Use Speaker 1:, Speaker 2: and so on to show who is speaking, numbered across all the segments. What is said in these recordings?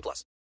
Speaker 1: plus.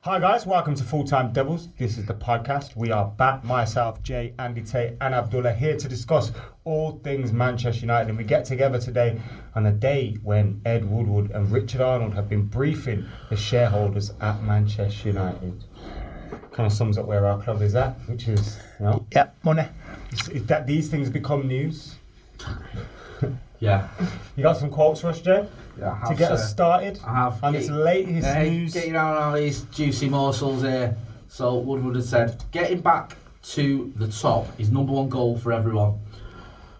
Speaker 2: Hi guys, welcome to Full Time Devils. This is the podcast. We are back, myself, Jay, Andy Tate, and Abdullah here to discuss all things Manchester United. And we get together today on the day when Ed Woodward and Richard Arnold have been briefing the shareholders at Manchester United. Kind of sums up where our club is at, which is, you know,
Speaker 3: Yeah, money.
Speaker 2: it's- it's that these things become news.
Speaker 4: Yeah.
Speaker 2: You got some quotes for us, Jay?
Speaker 4: Yeah, I have,
Speaker 2: to get
Speaker 4: sir.
Speaker 2: us started
Speaker 4: I have.
Speaker 2: on this latest
Speaker 4: Hey,
Speaker 2: news.
Speaker 4: Getting on all these juicy morsels here. So Woodward had said, getting back to the top is number one goal for everyone.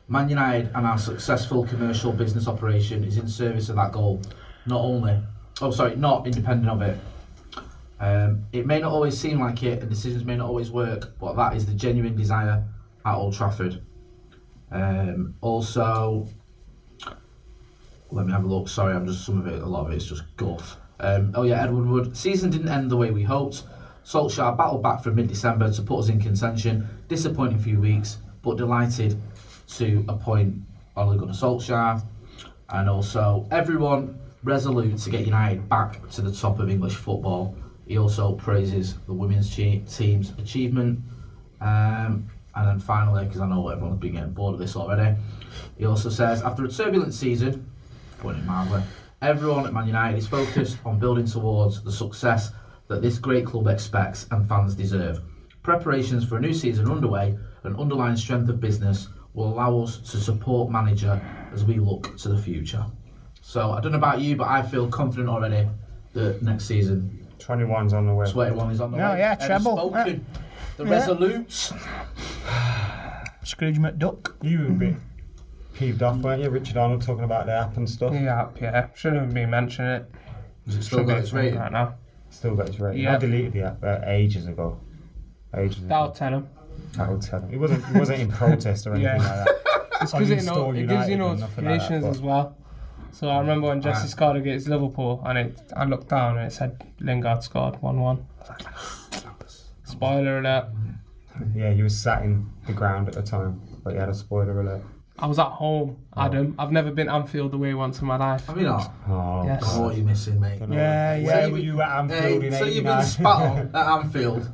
Speaker 4: Man United and our successful commercial business operation is in service of that goal. Not only, oh sorry, not independent of it. Um, it may not always seem like it, and decisions may not always work, but that is the genuine desire at Old Trafford. Um, also, let me have a look. Sorry, I'm just some of it. A lot of it's just guff. Um, oh yeah, Edward Wood. Season didn't end the way we hoped. Solskjaer battled back from mid-December to put us in contention. Disappointing few weeks, but delighted to appoint Ole Gunnar Solskjaer, and also everyone resolute to get United back to the top of English football. He also praises the women's che- team's achievement. Um, and then finally, because I know everyone's been getting bored of this already, he also says after a turbulent season, putting it mildly, everyone at Man United is focused on building towards the success that this great club expects and fans deserve. Preparations for a new season are underway, and underlying strength of business will allow us to support manager as we look to the future. So I don't know about you, but I feel confident already that next season
Speaker 2: 21's on the way.
Speaker 4: 21 is on the
Speaker 3: No,
Speaker 4: way.
Speaker 3: yeah,
Speaker 4: Ever
Speaker 3: treble.
Speaker 4: spoken. The
Speaker 3: Yeah.
Speaker 4: resolutes.
Speaker 3: Scrooge McDuck.
Speaker 2: You were a
Speaker 5: Mm.
Speaker 2: bit peeved off, weren't you? Richard Arnold talking about the app and stuff.
Speaker 5: Yeah, yeah. Shouldn't even be mentioning it.
Speaker 4: Is it still
Speaker 5: Shouldn't be
Speaker 4: got its rating?
Speaker 5: right now.
Speaker 2: Still got his rating. I
Speaker 5: Yeah.
Speaker 2: deleted the app uh, ages ago. Ages
Speaker 5: That'll
Speaker 2: ago.
Speaker 5: tell him.
Speaker 2: That'll tell him. It wasn't, it wasn't in protest or anything
Speaker 5: Yeah.
Speaker 2: like that.
Speaker 5: It's because it, no-
Speaker 2: Uninstall
Speaker 5: it gives you
Speaker 2: United and nothing like that,
Speaker 5: notifications
Speaker 2: but-
Speaker 5: as well. So I remember when Jesse scored against Liverpool, and it I looked down and it said Lingard scored one-one. Spoiler alert!
Speaker 2: Yeah, you were sat in the ground at the time, but you had a spoiler alert.
Speaker 5: I was at home, Adam. I've never been Anfield away once in my life.
Speaker 4: Have you not?
Speaker 2: Oh,
Speaker 5: Yes.
Speaker 4: Oh, what are you missing, mate?
Speaker 2: yeah,
Speaker 4: So
Speaker 2: yeah.
Speaker 4: you've
Speaker 2: were
Speaker 4: been-
Speaker 2: you at Anfield
Speaker 4: Hey,
Speaker 2: in
Speaker 4: So you've
Speaker 2: 89?
Speaker 4: been spat on at Anfield.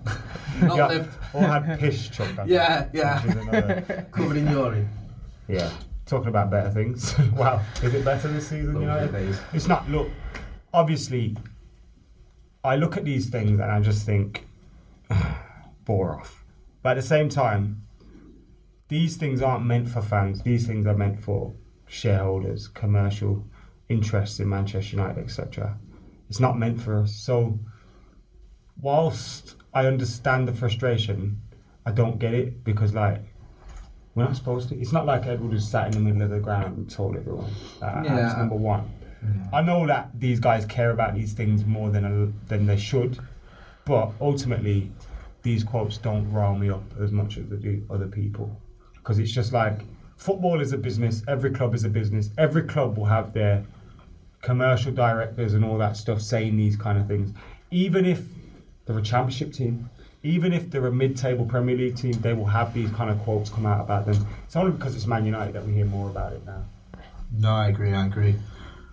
Speaker 4: not
Speaker 2: yeah.
Speaker 4: lived.
Speaker 2: Or had piss chucked at you,
Speaker 4: Yeah, yeah.
Speaker 2: which is another-
Speaker 4: Covered in urine.
Speaker 2: yeah. Talking about better things. wow, is it better this season, United? It's not. Look, obviously, I look at these things and I just think, bore off. But at the same time, these things aren't meant for fans. These things are meant for shareholders, commercial interests in Manchester United, etc. It's not meant for us. So, whilst I understand the frustration, I don't get it because, like, we're not supposed to. It's not like Edward just sat in the middle of the ground and told everyone. Uh,
Speaker 4: Yeah.
Speaker 2: That's number one. I know that these guys care about these things more than a, than they should, but ultimately, these quotes don't rile me up as much as they do other people. Because it's just like football is a business, every club is a business, every club will have their commercial directors and all that stuff saying these kind of things. Even if they're a championship team, even if they're a mid table Premier League team, they will have these kind of quotes come out about them. It's only because it's Man United that we hear more about it now.
Speaker 4: No, I agree. I agree.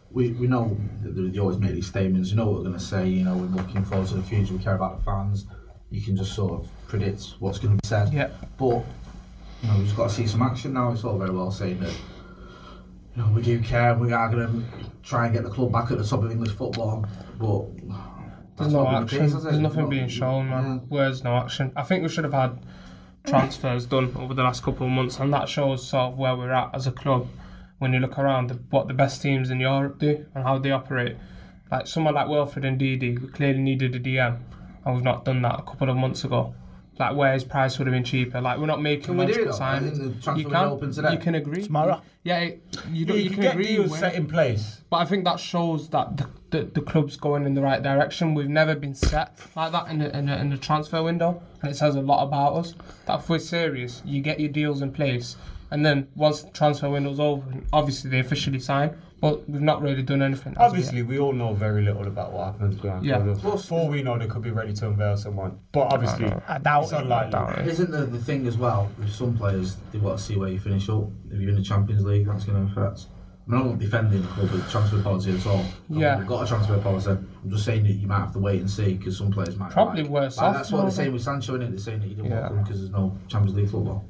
Speaker 4: We, we know that they they always make these statements. You know what we're going to say. You know we're looking forward to the future. We care about the fans. You can just sort of predict what's going to be said.
Speaker 5: Yeah.
Speaker 4: But you know we've just got to see some action now. It's all very well saying that you know we do care. We are going to try and get the club back at the top of English football. But
Speaker 5: There's
Speaker 4: that's
Speaker 5: no
Speaker 4: not been the
Speaker 5: action.
Speaker 4: case, has it?
Speaker 5: There's nothing
Speaker 4: Not-
Speaker 5: being shown, man. Words, no action. I think we should have had transfers done over the last couple of months, and that shows sort of where we're at as a club. When you look around, the, what the best teams in Europe do and how they operate. Like someone like Wilfred and Didi, we clearly needed a DM, and we've not done that a couple of months ago. Like where his price would have been cheaper. Like we're not making
Speaker 4: Can we do
Speaker 5: logical
Speaker 4: it, though? I think the
Speaker 5: signings.
Speaker 4: transfer
Speaker 5: You
Speaker 4: window
Speaker 5: can,
Speaker 4: opens today.
Speaker 5: you can agree
Speaker 3: Tomorrow.
Speaker 5: Yeah, it- you, don't, you,
Speaker 2: you
Speaker 5: can,
Speaker 2: can get
Speaker 5: agree.
Speaker 2: deals
Speaker 5: with-
Speaker 2: set in place.
Speaker 5: but I think that shows that the, the, the club's going in the right direction. We've never been set like that in the, in, the, in the transfer window, and it says a lot about us. That if we're serious, you get your deals in place, and then once the transfer window's over, obviously they officially sign, but we've not really done anything. as of yet.
Speaker 2: Obviously, we all know very little about what happens behind
Speaker 5: Yeah.
Speaker 2: closed doors. Before we know, they could be ready to unveil someone. But obviously,
Speaker 3: I doubt
Speaker 2: it's
Speaker 3: it.
Speaker 2: unlikely.
Speaker 4: Isn't the, the thing as well with some players they want to see where you finish up? If you're in the Champions League, that's going to affect. I mean, I'm not defending the club with transfer policy at all. I mean,
Speaker 5: Yeah.
Speaker 4: we've got a transfer policy. I'm just saying that you might have to wait and see because some players might
Speaker 5: Probably
Speaker 4: like.
Speaker 5: worse
Speaker 4: like,
Speaker 5: off,
Speaker 4: That's what
Speaker 5: maybe.
Speaker 4: they're saying with Sancho, innit? They're saying that you didn't
Speaker 5: Yeah.
Speaker 4: want him because there's no Champions League football.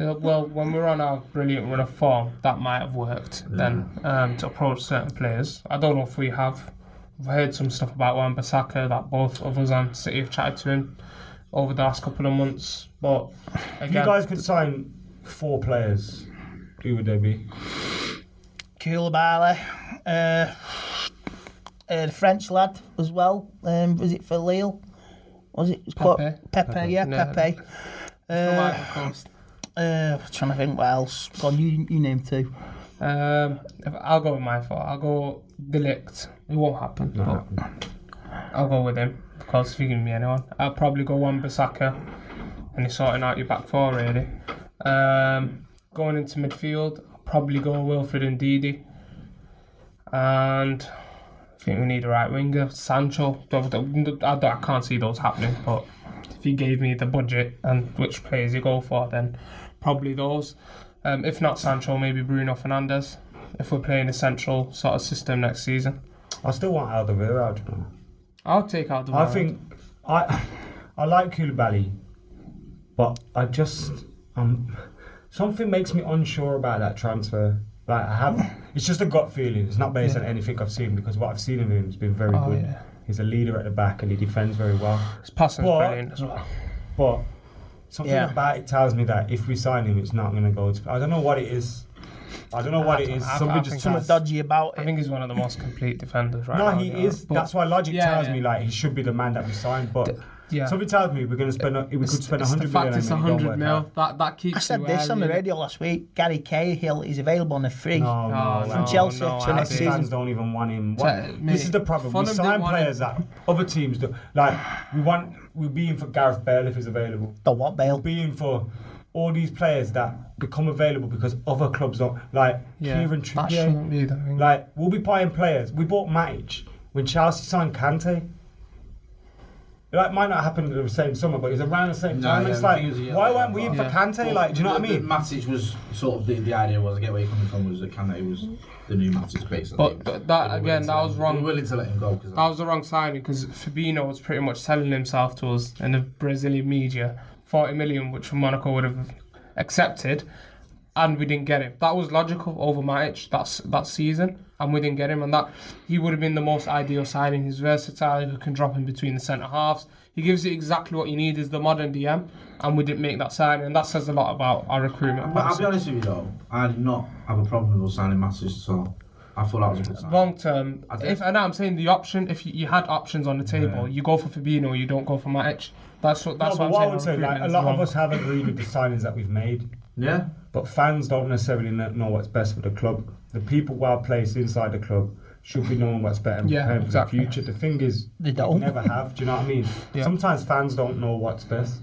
Speaker 5: Yeah, Well, when we're on our brilliant run of form, that might have worked then um, to approach certain players. I don't know if we have. I've heard some stuff about Wan Bissaka that both of us and City have chatted to him over the last couple of months. But
Speaker 2: If
Speaker 5: again,
Speaker 2: you guys could sign four players, who would they be?
Speaker 3: Koulibaly, uh, uh, the French lad as well. Um, was it for Lille? Was it it's called-
Speaker 5: Pepe.
Speaker 3: Pepe? yeah,
Speaker 5: No.
Speaker 3: Pepe.
Speaker 5: Right,
Speaker 3: Uh,
Speaker 5: of course.
Speaker 3: uh, trying to think what else. Go on, you, you name two.
Speaker 5: Um, if- I'll go with my thought. I'll go Delict. It won't happen. but I'll go Oh, with him because if you give me anyone, I'll probably go Wan Bissaka, and he's sorting out your back four really. Um, going into midfield, I'll probably go Wilfred and Didi, and I think we need a right winger. Sancho. Don't- don't- I, don't- I can't see those happening, but if you gave me the budget and which players you go for, then probably those. Um, if not Sancho, maybe Bruno Fernandes. If we're playing a central sort of system next season,
Speaker 2: I still want Alderweireld.
Speaker 5: I'll take out the.
Speaker 2: I think I I like Koulibaly, but I just um something makes me unsure about that transfer. Like I have, it's just a gut feeling. It's not based on anything I've seen because what I've seen of him has been very
Speaker 5: Oh,
Speaker 2: good.
Speaker 5: yeah.
Speaker 2: He's a leader at the back and he defends very well.
Speaker 5: his passing's
Speaker 2: But-
Speaker 5: brilliant as well.
Speaker 2: But something
Speaker 3: Yeah.
Speaker 2: about it tells me that if we sign him, it's not going to go. to I don't know what it is. I don't know what it is.
Speaker 5: I- I
Speaker 2: Something
Speaker 5: think
Speaker 2: just
Speaker 5: that's-
Speaker 3: Something dodgy about
Speaker 5: I
Speaker 3: it.
Speaker 5: think he's one of the most complete defenders right
Speaker 2: No,
Speaker 5: now.
Speaker 2: he
Speaker 5: yeah.
Speaker 2: is.
Speaker 5: But-
Speaker 2: That's why logic
Speaker 5: Yeah,
Speaker 2: tells
Speaker 5: yeah.
Speaker 2: me like he should be the man that we signed. But
Speaker 5: yeah.
Speaker 2: something tells me we're going to spend. We could
Speaker 5: It's-
Speaker 2: spend
Speaker 5: it's the
Speaker 2: hundred
Speaker 5: fact
Speaker 2: million.
Speaker 5: it's
Speaker 2: and it don't
Speaker 5: 100
Speaker 2: work
Speaker 5: mil.
Speaker 2: out.
Speaker 5: That that
Speaker 3: I
Speaker 5: keeps. you
Speaker 3: said this on the
Speaker 5: wary.
Speaker 3: radio last week. Gary Cahill is available on a free.
Speaker 2: No, no,
Speaker 5: Oh, No,
Speaker 2: no.
Speaker 5: no,
Speaker 3: Chelsea
Speaker 5: no,
Speaker 3: to
Speaker 5: I
Speaker 3: next
Speaker 2: Chelsea
Speaker 5: think-
Speaker 3: season.
Speaker 2: fans don't even want him.
Speaker 5: Ta-
Speaker 2: What-
Speaker 5: mate,
Speaker 2: this is the problem. We
Speaker 5: Fulham
Speaker 2: sign
Speaker 5: didn't want
Speaker 2: players that other teams do. Like we want. We're being for Gareth Bale if he's available.
Speaker 3: The what bail?
Speaker 2: Being for all these players that become available because other clubs don't. Like
Speaker 5: Yeah,
Speaker 2: Kieran
Speaker 5: that
Speaker 2: Trippier.
Speaker 5: shouldn't be the thing.
Speaker 2: Like we'll be buying players. We bought Matic when Chelsea signed Kante. That might not happen in the same summer, but it's around the same
Speaker 4: No,
Speaker 2: time.
Speaker 4: yeah,
Speaker 2: it's
Speaker 4: the
Speaker 2: like,
Speaker 4: thing is, yeah,
Speaker 2: why
Speaker 4: like,
Speaker 2: weren't we in for
Speaker 5: yeah.
Speaker 2: Kante? like, do you know what I
Speaker 4: The-
Speaker 2: mean?
Speaker 4: The Matic was sort of the, the idea was I get where you're coming from was that Kante was the new Matic basically.
Speaker 5: But
Speaker 4: They were-
Speaker 5: th- that,
Speaker 4: they were willing
Speaker 5: again,
Speaker 4: to
Speaker 5: that
Speaker 4: let
Speaker 5: was
Speaker 4: him-
Speaker 5: wrong.
Speaker 4: They were willing to let him go because
Speaker 5: That was the wrong signing because Fabinho was pretty much selling himself to us in the Brazilian media. 40 million, which Monaco would have accepted, and we didn't get him. That was logical over Matic that's, that season, and we didn't get him. And that he would have been the most ideal signing. He's versatile, he can drop in between the centre halves. He gives you exactly what you need as the modern DM, and we didn't make that signing. And that says a lot about our recruitment.
Speaker 4: But I'll
Speaker 5: policy.
Speaker 4: be honest with you though, I did not have a problem with us signing Matic at all. I thought that was a good sign.
Speaker 5: Long term,
Speaker 4: I don't-
Speaker 5: if and I'm saying the option, if you, you had options on the table, you go for Fabinho, you don't go for Matic. That's what that's
Speaker 2: no, but
Speaker 5: what
Speaker 2: what I
Speaker 5: I'm
Speaker 2: would say,
Speaker 5: saying.
Speaker 2: like, a lot of us have agreed with the signings that we've made,
Speaker 4: Yeah.
Speaker 2: but fans don't necessarily kn- know what's best for the club. The people well placed inside the club should be knowing what's better and
Speaker 5: Yeah,
Speaker 2: preparing
Speaker 5: exactly.
Speaker 2: for the future. The thing is,
Speaker 5: They
Speaker 2: they
Speaker 5: don't.
Speaker 2: never have. Do you know what I mean?
Speaker 5: Yeah.
Speaker 2: Sometimes fans don't know what's best.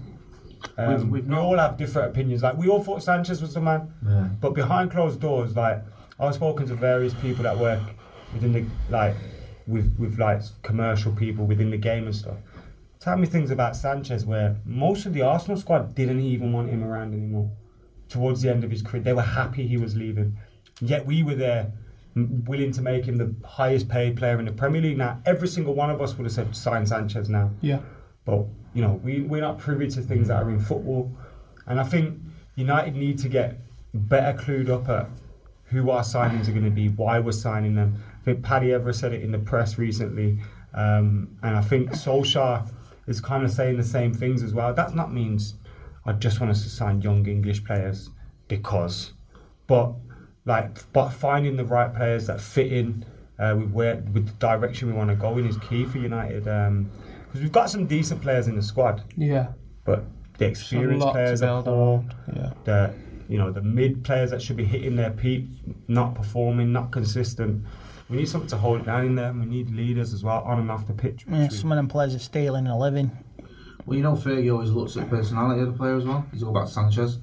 Speaker 2: Um, we all have different opinions. Like we all thought Sanchez was the man,
Speaker 4: Yeah.
Speaker 2: but behind closed doors, like I've spoken to various people that work within the like with with like commercial people within the game and stuff. Tell me things about Sanchez where most of the Arsenal squad didn't even want him around anymore. Towards the end of his career, they were happy he was leaving. Yet we were there, m- willing to make him the highest paid player in the Premier League. Now every single one of us would have said sign Sanchez now.
Speaker 5: Yeah.
Speaker 2: But you know, we, we're not privy to things that are in football. And I think United need to get better clued up at who our signings are going to be, why we're signing them. I think Paddy Ever said it in the press recently. Um, and I think Solskjaer is kind of saying the same things as well. That not means I just want us to sign young English players because but like but finding the right players that fit in uh, with where with the direction we want to go in is key for United because we've got some decent players in the squad,
Speaker 5: Yeah.
Speaker 2: but the experienced
Speaker 5: lot to
Speaker 2: players are
Speaker 5: build
Speaker 2: poor.
Speaker 5: Yeah.
Speaker 2: The you know the mid players that should be hitting their peak, not performing, not consistent. We need something to hold it down in there. and We need leaders as well on and off the pitch.
Speaker 3: Yeah, some of them players are stealing and living.
Speaker 4: Well, you know, Fergie always looks at the personality of the player as well. He's all about Sanchez.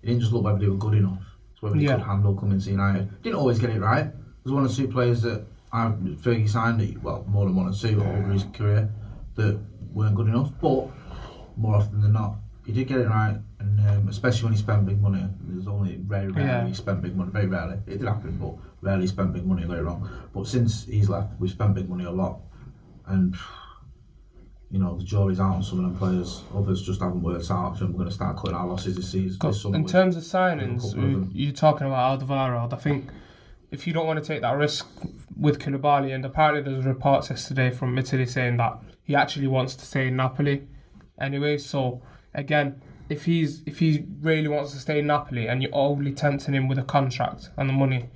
Speaker 4: He didn't just look whether they were good enough. It's whether they
Speaker 5: Yeah.
Speaker 4: could handle coming to United. Didn't always get it right. There's one or two players that I, Fergie signed, that- well, more than one or two over his career, that weren't good enough. But more often than not, he did get it right. And um, especially when he spent big money. There's only very rarely
Speaker 5: Yeah.
Speaker 4: he spent big money. Very rarely. It did happen, but rarely spent big money and got it wrong. But since he's left, we've spent big money a lot. And you know, the jury's out on some of them players. Others just haven't worked out. I think we're going to start cutting our losses this season.
Speaker 5: Got-
Speaker 4: This summer
Speaker 5: in
Speaker 4: with
Speaker 5: terms of
Speaker 4: a
Speaker 5: signings,
Speaker 4: couple of
Speaker 5: we-
Speaker 4: them.
Speaker 5: you're talking about Alderweireld. I think if you don't want to take that risk with Koulibaly, and apparently there's reports yesterday from Italy saying that he actually wants to stay in Napoli anyway. So again, if he's if he really wants to stay in Napoli, and you're only tempting him with a contract and the money,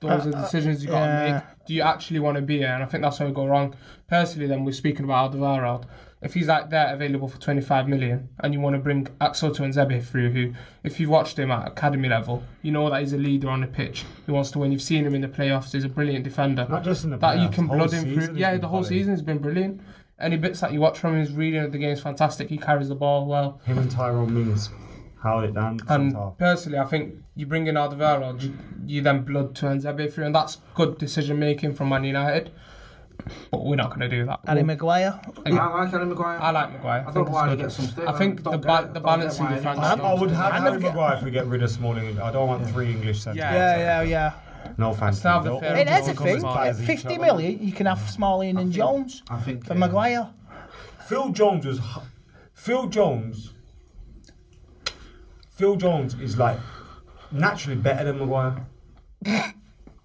Speaker 5: those
Speaker 2: Uh,
Speaker 5: are the decisions you got to
Speaker 3: yeah.
Speaker 5: make. Do you actually want to be here? And I think that's where we go wrong. Personally, then we're speaking about Alderweireld. If he's like there available for 25 million, and you want to bring Axel to Nzebe through, who, if you've watched him at academy level, you know that he's a leader on the pitch. He wants to win. You've seen him in the playoffs. He's a brilliant defender.
Speaker 2: Not just in the
Speaker 5: that you
Speaker 2: playoffs,
Speaker 5: can
Speaker 2: whole
Speaker 5: blood him
Speaker 2: season
Speaker 5: through.
Speaker 2: he's
Speaker 5: Yeah,
Speaker 2: been
Speaker 5: the whole
Speaker 2: quality.
Speaker 5: season has been brilliant. Any bits that you watch from him, his reading of the game is fantastic. He carries the ball well.
Speaker 2: Him and Tyrone Mings held it down.
Speaker 5: And
Speaker 2: since half.
Speaker 5: Um, personally, I think you bring in Alderweireld, you, you then blood to Nzebe through, and that's good decision making from Man United. But we're not going to do that.
Speaker 3: Harry Maguire.
Speaker 4: them. I like Harry Maguire.
Speaker 5: I like Maguire.
Speaker 4: I don't know why
Speaker 5: he's
Speaker 4: he
Speaker 5: good.
Speaker 4: gets some stick.
Speaker 5: I think
Speaker 4: don't
Speaker 5: the
Speaker 4: get
Speaker 5: ba-
Speaker 4: it.
Speaker 5: the
Speaker 4: Don't
Speaker 5: balance
Speaker 4: get
Speaker 5: in
Speaker 4: why he
Speaker 5: defence
Speaker 4: gets
Speaker 5: is-
Speaker 2: I
Speaker 4: some
Speaker 2: would
Speaker 4: stick.
Speaker 2: have Harry Maguire if we get rid of Smalling. I don't want three English centre backs.
Speaker 3: Yeah, yeah, yeah.
Speaker 2: No offense.
Speaker 5: Still have the
Speaker 2: They'll
Speaker 5: fair
Speaker 2: all
Speaker 3: It is
Speaker 5: Don't
Speaker 3: a
Speaker 2: come
Speaker 5: come
Speaker 2: as
Speaker 3: thing.
Speaker 2: bad
Speaker 3: At
Speaker 2: as each
Speaker 3: 50
Speaker 2: other.
Speaker 3: million, you can have Smalling and Jones
Speaker 4: I think
Speaker 3: for
Speaker 4: um,
Speaker 3: Maguire.
Speaker 2: Phil Jones was. Phil Jones. Phil Jones is like naturally better than Maguire.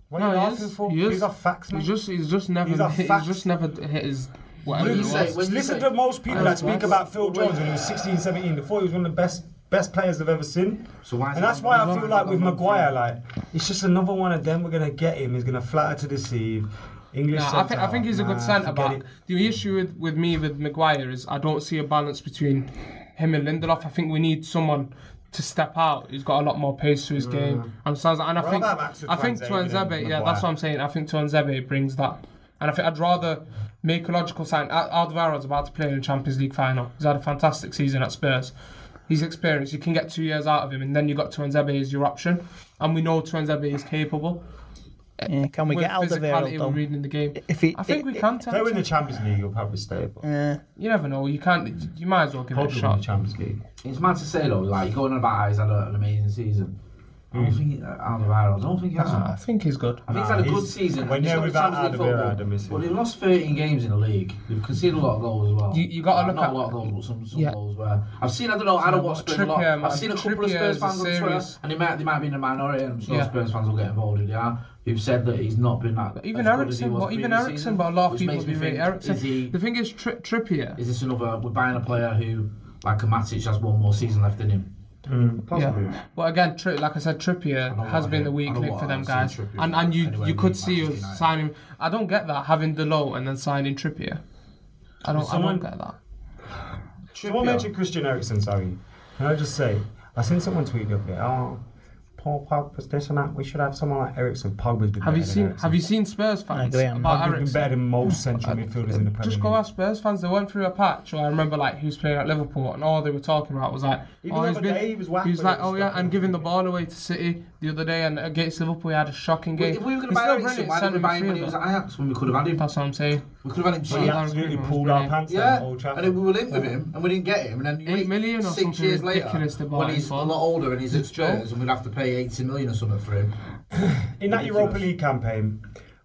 Speaker 2: What are you
Speaker 5: No, he
Speaker 2: laughing
Speaker 5: is.
Speaker 2: for?
Speaker 5: He is.
Speaker 2: These are facts, man.
Speaker 5: He's just, he's just never,
Speaker 2: These are
Speaker 5: hit, he's
Speaker 2: facts.
Speaker 5: just never hit his. Whatever
Speaker 4: When you
Speaker 5: it
Speaker 4: say-
Speaker 5: was.
Speaker 4: when you
Speaker 2: Listen
Speaker 4: say-
Speaker 2: to most people
Speaker 4: I
Speaker 2: that
Speaker 4: was
Speaker 2: speak
Speaker 4: once-
Speaker 2: about Phil
Speaker 4: Wait.
Speaker 2: Jones when he was 16, 17. Before he was one of the best best players I've ever seen.
Speaker 4: So why is
Speaker 2: and
Speaker 4: it
Speaker 2: that's
Speaker 4: on-
Speaker 2: why I
Speaker 4: why
Speaker 2: feel
Speaker 4: is
Speaker 2: like
Speaker 4: it
Speaker 2: with
Speaker 4: on-
Speaker 2: Maguire, like it's just another one of them. We're gonna get him. He's gonna flatter to deceive. English.
Speaker 5: Nah, I
Speaker 2: centre
Speaker 5: think I think
Speaker 2: half.
Speaker 5: he's a
Speaker 2: Nah,
Speaker 5: good centre
Speaker 2: forget
Speaker 5: back.
Speaker 2: it.
Speaker 5: The issue with, with me with Maguire is I don't see a balance between him and Lindelof. I think we need someone to step out who's got a lot more pace to his game. And, sounds and I
Speaker 2: Well,
Speaker 5: think
Speaker 2: that backs with
Speaker 5: I think
Speaker 2: Tuanzebe and
Speaker 5: Tuanzebe, yeah,
Speaker 2: Maguire.
Speaker 5: that's what I'm saying. I think Tuanzebe brings that. And I think I'd rather make a logical sign. Al- Alderweireld's about to play in the Champions League final. He's had a fantastic season at Spurs. He's experienced. You can get two years out of him, and then you got Tuanzebe as your option. And we know Tuanzebe is capable.
Speaker 3: Yeah, can we
Speaker 5: with
Speaker 3: get Alderweireld
Speaker 5: physicality, with
Speaker 3: done?
Speaker 5: reading the game.
Speaker 3: If it-
Speaker 5: I think we
Speaker 3: it-
Speaker 5: can
Speaker 2: If they
Speaker 5: tell.
Speaker 2: win the Champions League, you'll probably stay. But
Speaker 3: Yeah.
Speaker 5: You never know. You can't. You might as well give it a
Speaker 2: probably win the
Speaker 5: shot.
Speaker 2: Champions League.
Speaker 4: It's mad to say though, like going on about how he's had a- an amazing season. I
Speaker 5: Hmm.
Speaker 4: don't think uh, Alderweireld. I don't think he has.
Speaker 5: Ah, I think he's good.
Speaker 4: I think he's had a
Speaker 2: Nah,
Speaker 4: good
Speaker 2: he's-
Speaker 4: season.
Speaker 2: when
Speaker 4: He's
Speaker 2: they're
Speaker 4: got
Speaker 2: without
Speaker 4: Champions League
Speaker 2: Alderweireld,
Speaker 4: football.
Speaker 2: they're missing.
Speaker 4: Well, they've lost 13 games in the league. They've conceded a lot of goals as well.
Speaker 5: You- you gotta
Speaker 4: Well,
Speaker 5: look
Speaker 4: not
Speaker 5: at-
Speaker 4: a lot of goals, but some, some
Speaker 5: Yeah.
Speaker 4: goals where I've seen. I don't know. I don't watch Spurs a lot.
Speaker 5: Trippier, man.
Speaker 4: I've seen a couple of
Speaker 5: Trippier
Speaker 4: Spurs
Speaker 5: is a
Speaker 4: fans on Twitter,
Speaker 5: serious-
Speaker 4: and they might they might be in the minority, and I'm sure
Speaker 5: Yeah.
Speaker 4: Spurs fans will get involved if they are. Who've said that he's not been that
Speaker 5: Even
Speaker 4: as good as he
Speaker 5: Ericsson,
Speaker 4: was
Speaker 5: but even
Speaker 4: previous
Speaker 5: Ericsson,
Speaker 4: season,
Speaker 5: but a lot of
Speaker 4: which
Speaker 5: people
Speaker 4: makes me
Speaker 5: do rate
Speaker 4: think,
Speaker 5: Ericsson.
Speaker 4: Is he
Speaker 5: The thing is, tri- Trippier.
Speaker 4: Is this another? We're buying a player who, like a Matic, has one more season left in him.
Speaker 5: Yeah. But again, tri- like I said,
Speaker 4: I know
Speaker 5: Trippier has
Speaker 4: what
Speaker 5: been
Speaker 4: I-
Speaker 5: the
Speaker 4: I
Speaker 5: weak
Speaker 4: know
Speaker 5: link
Speaker 4: what
Speaker 5: for
Speaker 4: I
Speaker 5: them
Speaker 4: see
Speaker 5: guys.
Speaker 4: Trippier
Speaker 5: And and you
Speaker 4: anywhere
Speaker 5: you
Speaker 4: near
Speaker 5: could see
Speaker 4: Manchester
Speaker 5: us
Speaker 4: United.
Speaker 5: signing. I don't get that having Delo and then signing Trippier. I don't. I
Speaker 2: Someone-
Speaker 5: don't get that.
Speaker 2: Someone mentioned Christian Eriksen, sorry. Can I just say, I seen someone tweet the other day, oh, Paul Pogba's this and that. We should have someone like Ericsson. Pogba's been
Speaker 5: Have you
Speaker 2: better than
Speaker 5: seen
Speaker 2: Eriksen.
Speaker 5: Have you seen Spurs fans
Speaker 2: agree, I'm
Speaker 5: about
Speaker 2: not- We've been
Speaker 5: Ericsson?
Speaker 2: better than most central midfielders in the Premier
Speaker 5: Just go ask Spurs fans. They went through a patch, or I remember like he was playing at Liverpool, and all they were talking about was like,
Speaker 2: Even
Speaker 5: oh,
Speaker 2: the
Speaker 5: he's
Speaker 2: other
Speaker 5: been,
Speaker 2: day he was whacking
Speaker 5: like,
Speaker 2: and
Speaker 5: oh yeah, and giving the ball away to City the other day, and against Liverpool he had a shocking
Speaker 4: Well,
Speaker 5: game.
Speaker 4: if we were going to
Speaker 5: He's
Speaker 4: buy
Speaker 5: still
Speaker 4: Ericsson,
Speaker 5: brilliant
Speaker 4: why didn't
Speaker 5: centre
Speaker 4: we buy him when he was
Speaker 5: midfielder.
Speaker 4: at Ajax when we could have had him?
Speaker 5: That's what I'm saying.
Speaker 4: We could have had him
Speaker 2: We
Speaker 4: cheap.
Speaker 2: absolutely pulled our pants down
Speaker 4: Yeah,
Speaker 2: at Old Trafford.
Speaker 4: and then we were linked with him, and we didn't get him. And then you
Speaker 5: Eight
Speaker 4: wait
Speaker 5: million or
Speaker 4: six
Speaker 5: something
Speaker 4: years later,
Speaker 5: ridiculous they bought
Speaker 4: when
Speaker 5: him
Speaker 4: he's a
Speaker 5: for.
Speaker 4: lot older and he's at
Speaker 5: It's joke.
Speaker 4: Spurs, and we'd have to pay eighty million or something for him.
Speaker 2: In that Europa League campaign,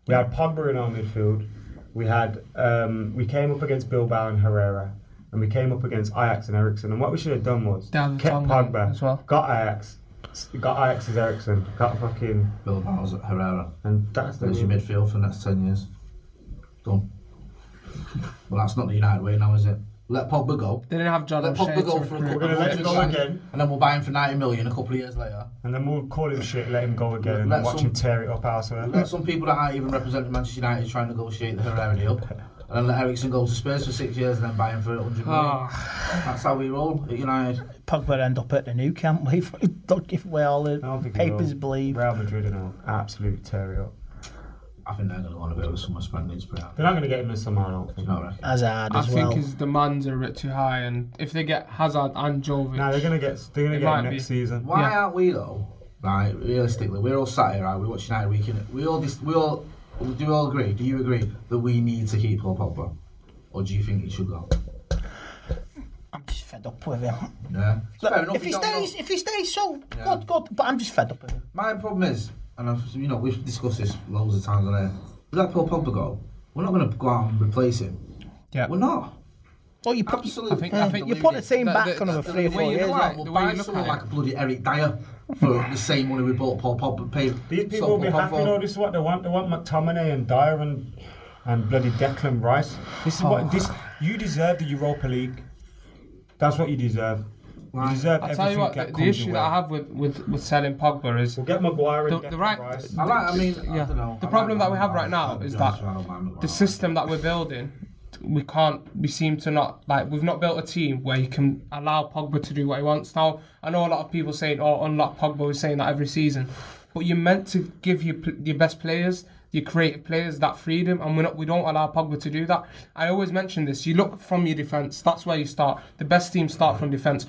Speaker 2: we had Pogba in our midfield. We had um, we came up against Bilbao and Herrera, and we came up against Ajax and Ericsson. And what we should have done was
Speaker 5: Down the
Speaker 2: kept
Speaker 5: tongue
Speaker 2: Pogba,
Speaker 5: as well.
Speaker 2: got Ajax, s- got Ajax's Ericsson, got fucking,
Speaker 4: Bilbao's at Herrera.
Speaker 2: and that's the
Speaker 4: There's your midfield for the next ten years. Done. Well, that's not the United way now, is it? Let Pogba go.
Speaker 5: They didn't have John
Speaker 4: Let
Speaker 5: O'Shea
Speaker 4: Pogba go
Speaker 5: to
Speaker 4: for a
Speaker 5: recruit.
Speaker 4: couple
Speaker 2: gonna
Speaker 4: of
Speaker 2: let him go
Speaker 4: hundred
Speaker 2: again.
Speaker 4: grand, and then we'll buy him for ninety million a couple of years later.
Speaker 2: And then we'll call him shit, let him go again, and
Speaker 4: Let
Speaker 2: watch
Speaker 4: some-
Speaker 2: him tear it up elsewhere.
Speaker 4: Let some people that aren't even representing Manchester United try and negotiate the Herrera deal. And then let Ericsson go to Spurs for six years and then buy him for 100 million.
Speaker 5: Ah,
Speaker 4: That's how we roll at United.
Speaker 3: Pogba end up at the new camp. We don't give away all
Speaker 2: I don't
Speaker 3: the
Speaker 2: think he
Speaker 3: papers
Speaker 2: will.
Speaker 3: believe.
Speaker 2: Real Madrid and all absolutely tear it up.
Speaker 4: I think they're going to want a bit of a summer spring needs to
Speaker 2: They're not going to get him this summer, I don't think.
Speaker 4: No, I reckon.
Speaker 3: Hazard
Speaker 5: I
Speaker 3: as well.
Speaker 5: think his demands are a bit too high, and if they get Hazard and Jovic,
Speaker 2: No, they're going to get they're going to
Speaker 5: It
Speaker 2: get him
Speaker 5: might
Speaker 2: next
Speaker 5: be.
Speaker 2: season.
Speaker 4: Why
Speaker 5: Yeah.
Speaker 4: aren't we though? Right, realistically, we're all sat here, right? We watch United week in. We all, dis- we all, do you all agree? Do you agree that we need to keep Paul Pogba, or do you think he should go?
Speaker 3: I'm just fed up with him.
Speaker 4: Yeah. It's
Speaker 3: Look,
Speaker 4: fair enough,
Speaker 3: if he
Speaker 4: don't go.
Speaker 3: stays, if he stays, so
Speaker 4: Yeah.
Speaker 3: good, good. But I'm just fed up with him.
Speaker 4: My problem is, and I've, you know, we've discussed this loads of times on air. We let Paul Pogba go. We're not going to go out and replace him.
Speaker 5: yeah,
Speaker 4: We're not.
Speaker 3: Well, you put,
Speaker 4: Absolutely.
Speaker 5: I think-
Speaker 3: yeah,
Speaker 5: I think
Speaker 3: you put the
Speaker 5: deluded.
Speaker 3: team
Speaker 5: The-
Speaker 3: back
Speaker 5: the-
Speaker 3: on another
Speaker 5: the-
Speaker 3: three or
Speaker 5: the
Speaker 3: four
Speaker 5: way you
Speaker 3: years.
Speaker 5: look at it,
Speaker 4: We'll
Speaker 5: the way
Speaker 4: buy
Speaker 5: you look
Speaker 4: someone
Speaker 5: at it.
Speaker 4: like a bloody Eric Dyer for the same money we bought Paul Pogba. Paid,
Speaker 2: These people
Speaker 4: sold
Speaker 2: will be
Speaker 4: Paul
Speaker 2: happy.
Speaker 4: Pogba.
Speaker 2: No, this is what they want. They want McTominay and Dyer and, and bloody Declan Rice. This is what this. You deserve the Europa League. That's what you deserve. You deserve
Speaker 5: I tell
Speaker 2: everything
Speaker 5: you what, the,
Speaker 2: that
Speaker 5: the
Speaker 2: comes
Speaker 5: issue
Speaker 2: your
Speaker 5: that
Speaker 2: way.
Speaker 5: I have with with, with selling Pogba is
Speaker 2: We'll get Maguire and
Speaker 5: The-
Speaker 2: Declan
Speaker 5: the right-
Speaker 2: Rice.
Speaker 4: I like. I mean, I
Speaker 5: yeah.
Speaker 4: don't know.
Speaker 5: The
Speaker 4: I
Speaker 5: problem
Speaker 4: like
Speaker 5: that we have
Speaker 4: Maguire.
Speaker 5: right now is
Speaker 4: Yeah,
Speaker 5: that
Speaker 4: that's why I don't mind
Speaker 5: the
Speaker 4: Maguire.
Speaker 5: system that we're building, we can't. We seem to not like we've not built a team where you can allow Pogba to do what he wants. Now I know a lot of people saying, "Oh, unlock Pogba." We're saying that every season, but you're meant to give your pl- your best players, your creative players, that freedom, and we're not. We don't allow Pogba to do that. I always mention this. You look from your defense. That's where you start. The best teams start from defense.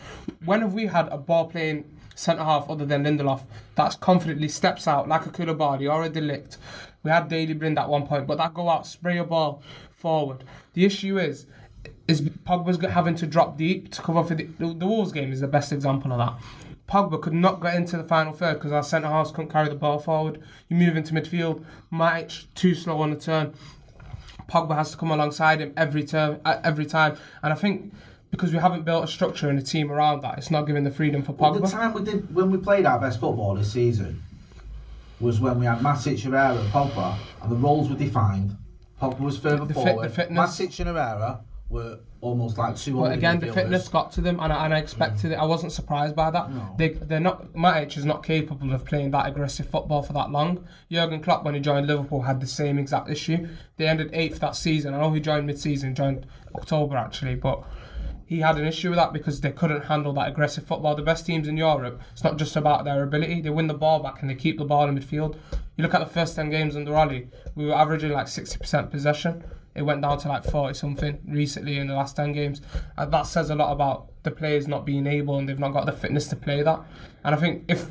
Speaker 5: When have we had a ball playing? centre half other than Lindelof that's confidently steps out like a Koulibaly or a Delict. We had Daily Blind at one point, but that go out, spray a ball forward. The issue is, is Pogba's go- having to drop deep to cover for the, the, the Wolves game is the best example of that. Pogba could not get into the final third because our centre halves couldn't carry the ball forward. You move into midfield, Matic too slow on the turn. Pogba has to come alongside him every term, uh, every time, and I think because we haven't built a structure and a team around that, it's not giving the freedom for
Speaker 4: Well,
Speaker 5: Pogba.
Speaker 4: the time we did when we played our best football this season was when we had Matic, Herrera, and Pogba, and the roles were defined. Pogba was further
Speaker 5: The fit- the
Speaker 4: forward.
Speaker 5: fitness.
Speaker 4: Matic and Herrera were almost like two.
Speaker 5: But
Speaker 4: holding
Speaker 5: again, the
Speaker 4: midfielders.
Speaker 5: fitness got to them, and I, and I expected it. I wasn't surprised by that. They, they're not. Matic is not capable of playing that aggressive football for that long. Jurgen Klopp, when he joined Liverpool, had the same exact issue. They ended eighth that season. I know he joined mid-season, joined October actually, but he had an issue with that because they couldn't handle that aggressive football. The best teams in Europe, it's not just about their ability. They win the ball back and they keep the ball in midfield. You look at the first ten games under Raleigh, we were averaging like sixty percent possession. It went down to like 40 something recently in the last 10 games. And that says a lot about the players not being able and they've not got the fitness to play that. And I think if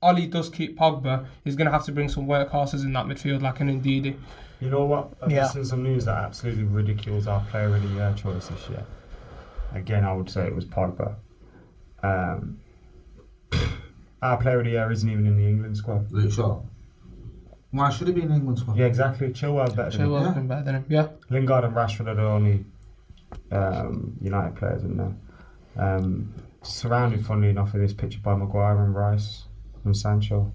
Speaker 5: Ollie does keep Pogba, he's going to have to bring some workhorses in that midfield like an Ndidi.
Speaker 2: You know what? I've
Speaker 3: Yeah.
Speaker 2: just seen some news that absolutely ridicules our player of the year choice this year. Again, I would say it was Pogba. Um, our player of the year isn't even in the England squad.
Speaker 4: Luke Shaw. Why should it be in England squad?
Speaker 2: Yeah, exactly. Chilwell's better than him.
Speaker 5: Chilwell's
Speaker 4: Yeah.
Speaker 5: been better than him. Yeah.
Speaker 2: Lingard and Rashford are the only um, United players in there. Um, surrounded, funnily enough, in this picture by Maguire and Rice and Sancho.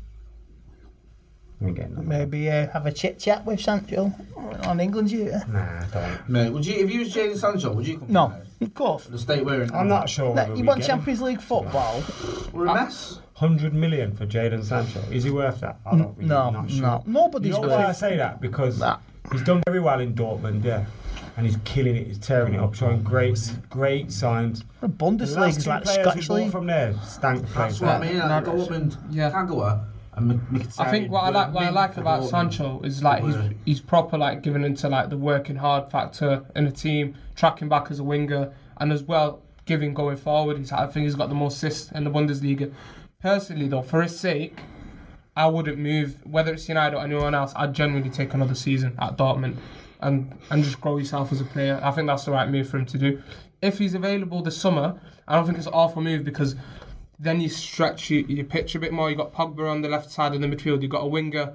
Speaker 2: I'm getting that.
Speaker 3: Maybe uh, have a chit chat with Sancho on England's year.
Speaker 2: Nah, I don't.
Speaker 4: Mate, would you if you was Jadon Sancho, would you come? to
Speaker 3: No,
Speaker 4: United?
Speaker 3: of course.
Speaker 4: The state we're in.
Speaker 2: I'm not sure.
Speaker 3: Look,
Speaker 2: whether
Speaker 3: you
Speaker 2: we
Speaker 3: want
Speaker 2: get him.
Speaker 3: Champions League football?
Speaker 4: We're a mess.
Speaker 2: 100 million for Jadon Sancho. Is he worth that? I don't really,
Speaker 3: No, no.
Speaker 2: not sure.
Speaker 3: Nobody's
Speaker 2: You know
Speaker 3: worth
Speaker 2: why
Speaker 3: it.
Speaker 2: I say that? Because
Speaker 3: Nah.
Speaker 2: he's done very well in Dortmund, yeah. and he's killing it. He's tearing it up, showing great, great signs.
Speaker 3: The Bundesliga is like the Scottish
Speaker 2: we bought
Speaker 3: league.
Speaker 2: from there stank
Speaker 4: That's
Speaker 2: players.
Speaker 4: what I mean. I go up and
Speaker 5: Yeah.
Speaker 4: can go up and Mk- Mkhitaryan
Speaker 5: I think what I
Speaker 4: were
Speaker 5: like what I
Speaker 4: mint
Speaker 5: like
Speaker 4: for
Speaker 5: about
Speaker 4: Dortmund.
Speaker 5: Sancho is like he's
Speaker 4: Were-
Speaker 5: he's proper like giving into like the working hard factor in the team, tracking back as a winger, and as well giving going forward. He's I think he's got the most assists in the Bundesliga. Personally though, for his sake, I wouldn't move whether it's United or anyone else. I'd genuinely take another season at Dortmund and and just grow yourself as a player. I think that's the right move for him to do. If he's available this summer, I don't think it's an awful move because then you stretch your, your pitch a bit more. You've got Pogba on the left side of the midfield. You've got a winger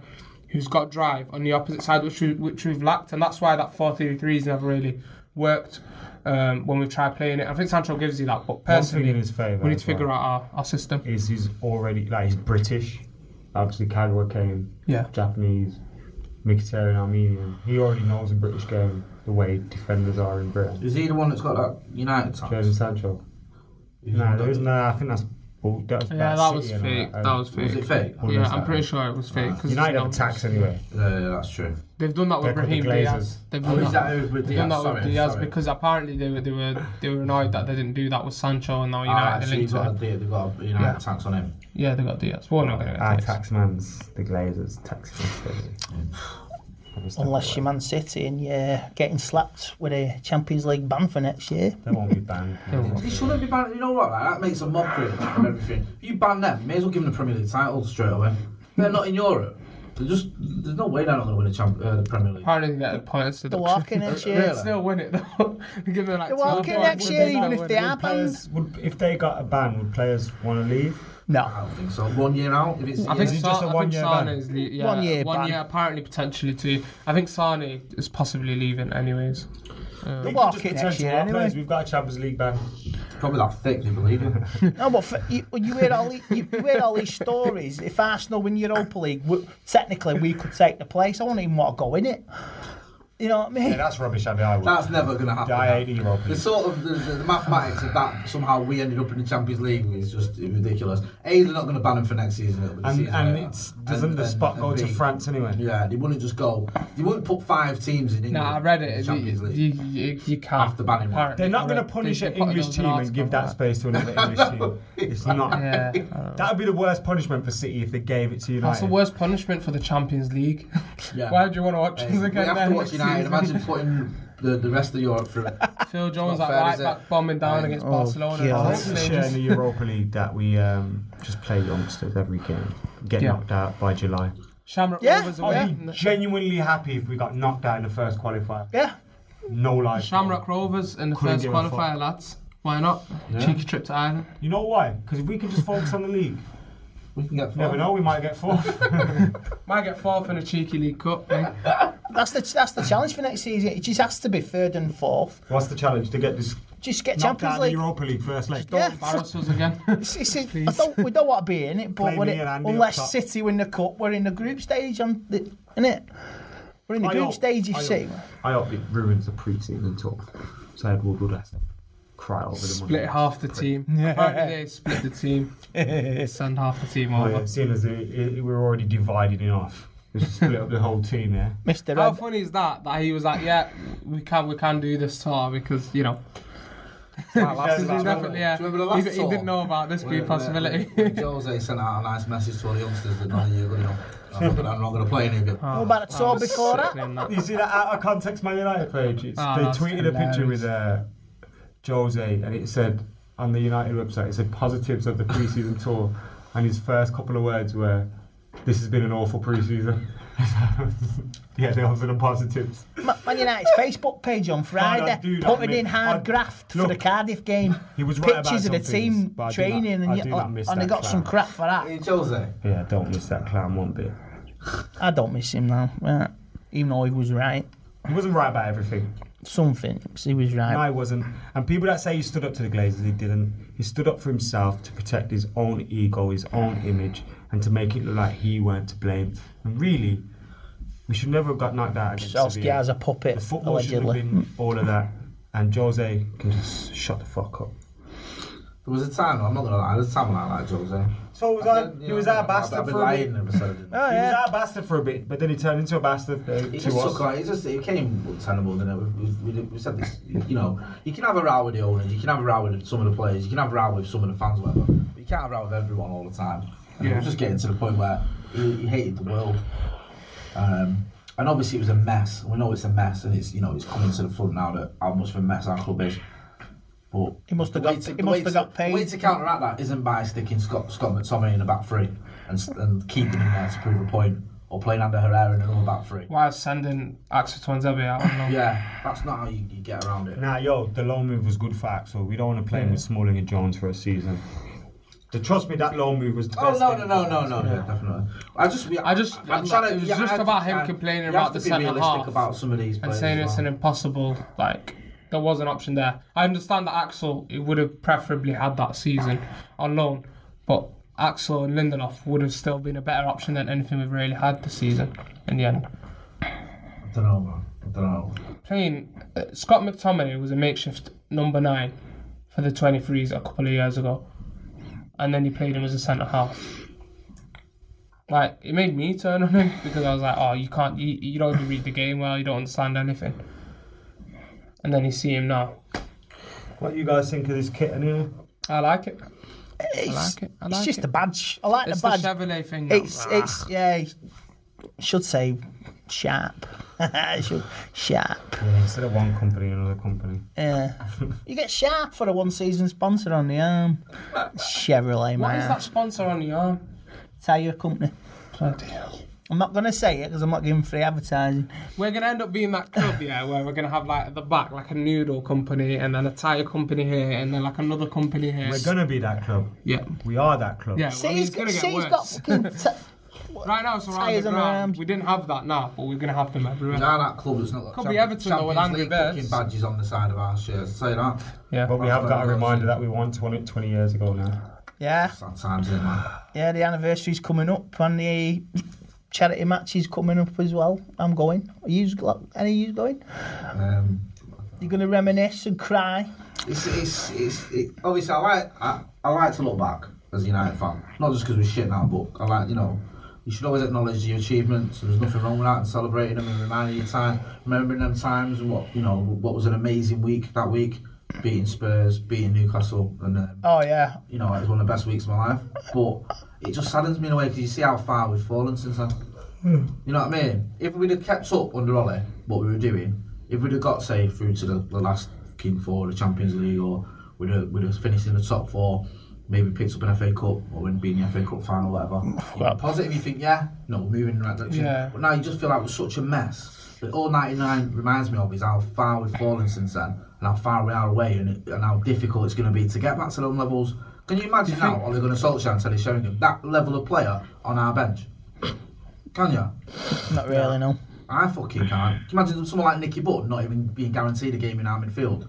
Speaker 5: who's got drive on the opposite side, which, we, which we've lacked. And that's why that 4 3 3 has never really worked um, when we've tried playing it. I think Sancho gives you that. But
Speaker 2: One thing
Speaker 5: personally,
Speaker 2: in his favour
Speaker 5: we need
Speaker 2: as
Speaker 5: to figure
Speaker 2: well.
Speaker 5: out our, our system.
Speaker 2: Is he's already like he's British? Obviously, Kagawa came.
Speaker 5: Yeah.
Speaker 2: Japanese, Mkhitaryan, Armenian. He already knows the British game, the way defenders are in Britain.
Speaker 4: Is he the one that's got that United
Speaker 2: Jadon
Speaker 4: tattoo?
Speaker 2: Sancho. No, there is no. I think that's bull. That was
Speaker 5: Yeah,
Speaker 2: bad
Speaker 5: that was
Speaker 2: City and
Speaker 5: fake.
Speaker 2: um,
Speaker 5: That was fake.
Speaker 4: Was it fake?
Speaker 2: Well,
Speaker 5: Yeah,
Speaker 2: that's
Speaker 5: I'm
Speaker 2: that.
Speaker 5: pretty sure it was fake. Cause
Speaker 2: United
Speaker 5: it's
Speaker 2: have
Speaker 5: not-
Speaker 2: attacks anyway.
Speaker 4: Yeah, yeah, that's true.
Speaker 5: They've done that with
Speaker 2: They're called
Speaker 5: Raheem
Speaker 2: the Glazers.
Speaker 5: Diaz. They've
Speaker 4: Oh,
Speaker 5: done
Speaker 4: is that who- with
Speaker 5: they've done
Speaker 4: Diaz?
Speaker 5: that with
Speaker 4: Sorry,
Speaker 5: Diaz
Speaker 4: sorry.
Speaker 5: because apparently they were they were they were annoyed that they didn't do that with Sancho and now
Speaker 4: Ah,
Speaker 5: United
Speaker 4: so
Speaker 5: are
Speaker 4: you've
Speaker 5: linked to
Speaker 4: got,
Speaker 5: him.
Speaker 4: a, they've got a United tax on him.
Speaker 5: Yeah, they got Diaz. Well, we're not going to
Speaker 2: Our
Speaker 5: get Diaz.
Speaker 2: taxman's the Glazers. Taxman's. Glazers. Obviously,
Speaker 3: Unless you're Man City and you're getting slapped with a Champions League ban for next year.
Speaker 2: they won't be banned.
Speaker 4: They shouldn't be banned. You know what? Like, that makes a mockery of everything. If you ban them, you may as well give them the Premier League title straight away. They're not in Europe. They're just there's no way they're not going to win the, champ, uh, the Premier League.
Speaker 5: Apparently they get the points to
Speaker 3: They're walking next year.
Speaker 5: They'd still win it though. They Give them like
Speaker 3: They're
Speaker 5: 12
Speaker 3: walking
Speaker 5: points.
Speaker 3: next
Speaker 5: Would
Speaker 3: year
Speaker 5: they
Speaker 3: even
Speaker 5: not
Speaker 3: if
Speaker 5: win
Speaker 3: they
Speaker 5: it?
Speaker 3: are banned.
Speaker 2: Would, if they got a ban, would players want to leave?
Speaker 4: I
Speaker 3: No.
Speaker 4: don't think so. One year out. If it's
Speaker 5: I think
Speaker 2: Is it
Speaker 5: Sa-
Speaker 2: just a
Speaker 5: I think
Speaker 2: one-year
Speaker 5: Sane
Speaker 2: ban?
Speaker 5: is the, yeah,
Speaker 3: One year
Speaker 5: one
Speaker 3: ban.
Speaker 5: year apparently potentially too. I think Sane is possibly leaving anyways.
Speaker 2: They
Speaker 3: walk
Speaker 2: could
Speaker 3: it
Speaker 2: just turn
Speaker 3: next
Speaker 2: to
Speaker 3: year
Speaker 2: our
Speaker 3: anyway.
Speaker 2: players, We've got a Champions League ban.
Speaker 4: probably that thick, they believe it.
Speaker 3: No, but for, you, you hear all the- you, you hear all these stories. If Arsenal win Europa League, we, technically we could take the place. I wouldn't even want to go in it. You know what I mean?
Speaker 2: Yeah, that's rubbish. I mean, I would.
Speaker 4: That's never going to happen.
Speaker 2: I hate Europa
Speaker 4: The
Speaker 2: League.
Speaker 4: sort of the, the, the mathematics of that somehow we ended up in the Champions League is just ridiculous. A, they're not going to ban him for next season. It'll be the
Speaker 2: And,
Speaker 4: season
Speaker 2: and
Speaker 4: later.
Speaker 2: it's doesn't
Speaker 4: And-
Speaker 2: the
Speaker 4: and-
Speaker 2: spot
Speaker 4: and
Speaker 2: go to
Speaker 4: B,
Speaker 2: France anyway?
Speaker 4: Yeah, they wouldn't just go. They wouldn't put five teams in England.
Speaker 5: No, I read
Speaker 4: in the
Speaker 5: it. You,
Speaker 4: Champions League.
Speaker 5: you, you, you can't.
Speaker 4: After banning one.
Speaker 5: Apparently
Speaker 2: They're not going
Speaker 5: correct.
Speaker 2: to punish
Speaker 5: They-
Speaker 2: an
Speaker 5: they put it
Speaker 2: English
Speaker 5: on
Speaker 2: team and
Speaker 5: article
Speaker 2: give that
Speaker 5: about
Speaker 2: space to another English team. It's not.
Speaker 5: Yeah.
Speaker 2: That would be the worst punishment for City if they gave it to United.
Speaker 5: That's the worst punishment for the Champions League.
Speaker 4: Yeah.
Speaker 5: Why do you want to watch
Speaker 4: Uh,
Speaker 5: us again?
Speaker 4: we
Speaker 5: then
Speaker 4: have to watch
Speaker 5: next
Speaker 4: United.
Speaker 5: season?
Speaker 4: Imagine putting the, the rest of Europe through.
Speaker 5: Phil Jones
Speaker 4: not
Speaker 5: at
Speaker 4: fair,
Speaker 5: right
Speaker 4: is it?
Speaker 5: back bombing down
Speaker 4: Yeah.
Speaker 5: against
Speaker 3: Oh,
Speaker 5: Barcelona.
Speaker 3: yeah.
Speaker 5: at
Speaker 2: I
Speaker 5: all
Speaker 2: want to share in
Speaker 5: stages.
Speaker 2: the Europa League that we um, just play youngsters every game, get
Speaker 5: Yeah.
Speaker 2: knocked out by July.
Speaker 5: Shamrock
Speaker 3: Yeah.
Speaker 5: Rovers
Speaker 3: Oh,
Speaker 5: away.
Speaker 3: yeah.
Speaker 5: in the-
Speaker 2: Genuinely happy if we got knocked out in the first qualifier.
Speaker 3: yeah.
Speaker 2: No life.
Speaker 5: Shamrock Rovers in the
Speaker 2: Couldn't
Speaker 5: first
Speaker 2: give a fuck.
Speaker 5: qualifier, lads. Why not? Cheeky trip to Ireland.
Speaker 2: You know why? Because if we can just focus on the league,
Speaker 4: We can get.
Speaker 2: you never know, we might get fourth.
Speaker 5: Might get fourth in a cheeky League Cup. eh?
Speaker 3: That's the that's the challenge for next season. It just has to be third and fourth.
Speaker 2: What's the challenge? To get this
Speaker 3: Just get
Speaker 2: knocked out
Speaker 3: Champions
Speaker 2: of the
Speaker 3: League.
Speaker 2: Europa League first leg.
Speaker 3: Yeah.
Speaker 5: Embarrass us again.
Speaker 3: It's, it's, it's, I don't, we don't want to be in it, but
Speaker 2: Play
Speaker 3: when
Speaker 2: me
Speaker 3: it,
Speaker 2: and Andy up top.
Speaker 3: unless City win the cup, we're in the group stage, on the, in it. We're in the
Speaker 2: I
Speaker 3: group
Speaker 2: hope-
Speaker 3: stage, you
Speaker 2: I
Speaker 3: see.
Speaker 2: hope- I hope it ruins the pre-season talk. So Edward would have to cry over the money.
Speaker 5: Split half the team. Apparently they split the team. Send half the team
Speaker 2: Oh,
Speaker 5: over.
Speaker 2: yeah, seeing as it, it, we're already divided enough, we should split up the whole team, yeah?
Speaker 3: Mr.
Speaker 5: How
Speaker 3: Ed.
Speaker 5: funny is that? That he was like, yeah, we can we can do this tour because you know.
Speaker 4: last
Speaker 5: Because
Speaker 4: tour.
Speaker 5: he definitely, yeah,
Speaker 4: Do you remember the last
Speaker 5: he, he
Speaker 4: tour?
Speaker 5: didn't know about this being
Speaker 4: Wait,
Speaker 5: a
Speaker 4: wait,
Speaker 5: possibility.
Speaker 4: wait. Jose sent out a nice message to all the youngsters that none of you are good enough. I'm not gonna- I'm not going to play any
Speaker 2: Oh.
Speaker 4: of you.
Speaker 3: What about a tour before that?
Speaker 2: You see that out of context Man United page? It's,
Speaker 5: Ah,
Speaker 2: they
Speaker 5: that's
Speaker 2: tweeted a picture
Speaker 5: hilarious.
Speaker 2: with uh, Jose, and it said on the United website, it said positives of the preseason tour, and his first couple of words were, "This has been an awful preseason." yeah, those are the positives.
Speaker 3: Ma- Man United's Facebook page on Friday
Speaker 2: I'd do that,
Speaker 3: putting
Speaker 2: mate.
Speaker 3: in hard
Speaker 2: I'd-
Speaker 3: graft for
Speaker 2: Look,
Speaker 3: the Cardiff game.
Speaker 2: he was right about
Speaker 3: Pictures of the
Speaker 2: some things,
Speaker 3: team
Speaker 2: but I do
Speaker 3: training,
Speaker 2: not-
Speaker 3: and,
Speaker 2: I
Speaker 3: you-
Speaker 2: do not miss
Speaker 3: and they
Speaker 2: that
Speaker 3: got some
Speaker 2: crap.
Speaker 3: crap for that.
Speaker 4: Hey, Jose.
Speaker 2: Yeah, don't miss that clown one bit.
Speaker 3: I don't miss him now, right? even though he was right.
Speaker 2: He wasn't right about everything.
Speaker 3: Something, 'cause he was right.
Speaker 2: No, he wasn't. And people that say he stood up to the Glazers, he didn't. He stood up for himself to protect his own ego, his own image, and to make it look like he weren't to blame. And really, we should never have got knocked out against Sevilla.
Speaker 3: Solskjaer's a
Speaker 2: The
Speaker 3: puppet,
Speaker 2: football should have
Speaker 3: allegedly.
Speaker 2: been all of that. And Jose can just shut the fuck up.
Speaker 4: There was a time, I'm not going to lie, there was a time when I liked Jose.
Speaker 2: So was I, he was our bastard
Speaker 4: I've been
Speaker 2: for a
Speaker 4: lying
Speaker 2: bit.
Speaker 4: and said I
Speaker 3: Oh,
Speaker 4: didn't.
Speaker 2: he was our bastard for a bit, but then he turned into a bastard uh,
Speaker 4: It
Speaker 2: to
Speaker 4: Oh, just
Speaker 2: us.
Speaker 4: took like, it just it became tenable, didn't it? We, we, we, we said this, you know, you can have a row with the owners, you can have a row with some of the players, you can have a row with some of the fans, whatever. But you can't have a row with everyone all the time. And It was just getting to the point where he, he hated the world, um, and obviously it was a mess. We know it's a mess, and it's you know it's coming to the front now that how much of a mess our club is. But
Speaker 3: He must have
Speaker 4: the way
Speaker 3: got-
Speaker 4: to-
Speaker 3: he
Speaker 4: the
Speaker 3: must
Speaker 4: way
Speaker 3: have
Speaker 4: to-
Speaker 3: got
Speaker 4: The way
Speaker 3: paid.
Speaker 4: to counteract that isn't by sticking Scott, Scott McTominay in a back three and, s- and keeping him there to prove a point, or playing under Herrera in another back three.
Speaker 5: Why is sending Axel Twanzebe out on loan?
Speaker 4: Yeah, that's not how you, you get around it.
Speaker 2: Nah, yo, the loan move was good for Axel. We don't want to play him with Smalling and Jones for a season. The, trust me, that loan move was the
Speaker 4: Oh
Speaker 2: best
Speaker 4: no
Speaker 2: thing
Speaker 4: no no
Speaker 2: for
Speaker 4: no
Speaker 2: us.
Speaker 4: no no definitely. I just we,
Speaker 5: I just-
Speaker 4: I'm trying to.
Speaker 5: it was
Speaker 4: yeah,
Speaker 5: just
Speaker 4: I-
Speaker 5: about him
Speaker 4: I-
Speaker 5: complaining
Speaker 4: you
Speaker 5: about
Speaker 4: have
Speaker 5: the
Speaker 4: to be
Speaker 5: centre
Speaker 4: realistic
Speaker 5: half
Speaker 4: about some of these
Speaker 5: and
Speaker 4: players.
Speaker 5: saying
Speaker 4: as
Speaker 5: it's
Speaker 4: well.
Speaker 5: an impossible like there was an option there. I understand that Axel it would have preferably had that season on loan, but Axel and Lindelof would have still been a better option than anything we've really had this season in the end.
Speaker 4: I don't know, man. I don't know.
Speaker 5: Playing uh, Scott McTominay was a makeshift number nine for the 23s a couple of years ago, and then he played him as a centre half. Like it made me turn on him because I was like, "Oh, you can't, you, you don't read the game well, you don't understand anything." And then you see him now,
Speaker 2: What you guys think of this kit anyway?
Speaker 5: I like it.
Speaker 3: It's,
Speaker 5: like it, I
Speaker 3: it's
Speaker 5: like
Speaker 3: just
Speaker 5: it.
Speaker 3: a badge. I like
Speaker 5: It's
Speaker 3: the
Speaker 5: the
Speaker 3: badge.
Speaker 5: Chevrolet thing.
Speaker 3: It's it's yeah. I Should say sharp. should, sharp.
Speaker 2: Yeah, instead of one company, another company.
Speaker 3: Yeah. you get sharp for a one season sponsor on the arm. Chevrolet
Speaker 5: What is
Speaker 3: man.
Speaker 5: that sponsor on the arm?
Speaker 3: Tire company.
Speaker 5: Bloody hell.
Speaker 3: I'm not gonna say it because I'm not giving free advertising.
Speaker 5: We're gonna end up being that club, yeah, where we're gonna have like at the back like a noodle company and then a tire company here and then like another company here.
Speaker 2: We're gonna be that club.
Speaker 5: yeah.
Speaker 2: We are that club.
Speaker 5: Yeah, well,
Speaker 3: City's
Speaker 5: it's gonna
Speaker 3: got-
Speaker 5: get
Speaker 3: City's
Speaker 5: worse.
Speaker 3: got fucking. T-
Speaker 5: right now it's around
Speaker 3: tires
Speaker 5: the
Speaker 3: on
Speaker 5: ground.
Speaker 3: arms.
Speaker 5: We didn't have that now, but we're gonna have them everywhere.
Speaker 4: Nah, that club is not. got
Speaker 5: Could be
Speaker 4: Champions-
Speaker 5: Everton, though, with
Speaker 4: Champions
Speaker 5: Angry
Speaker 4: League fucking
Speaker 5: Birds.
Speaker 4: badges on the side of our shirts. Say that.
Speaker 5: Yeah.
Speaker 2: But we have got a reminder that we won 20, 20 years ago now.
Speaker 3: yeah,
Speaker 4: Sad times in man.
Speaker 3: yeah. The anniversary's coming up and the charity match is coming up as well. I'm going. Are you any of you going?
Speaker 4: Um,
Speaker 3: You're gonna reminisce and cry.
Speaker 4: It's, it's, it's, it, obviously, I like I, I like to look back as a United fan, not just because we're shit now, but I like you know, you should always acknowledge your achievements. There's nothing wrong with that, and celebrating them and reminding your time, remembering them times and what you know what was an amazing week that week, beating Spurs, beating Newcastle, and um,
Speaker 3: Oh yeah,
Speaker 4: you know it was one of the best weeks of my life. But it just saddens me in a way because you see how far we've fallen since then. You know what I mean? If we'd have kept up under Ollie, what we were doing, if we'd have got say through to the, the last King Four, the Champions League, or we'd have, we'd have finished in the top four, maybe picked up an FA Cup or wouldn't been in the FA Cup final, whatever. You're positive, you think, yeah, no, we're moving in the right direction.
Speaker 5: Yeah.
Speaker 4: But now you just feel like we're such a mess. But all 99 reminds me of is how far we've fallen since then, and how far we are away, and, and how difficult it's going to be to get back to those levels. Can you imagine now Ole Gunnar Solskjaer and Teddy Sheringham, that level of player on our bench? Can you?
Speaker 3: not really no.
Speaker 4: I fucking can't. Can you imagine someone like Nicky Butt not even being guaranteed a game in our midfield?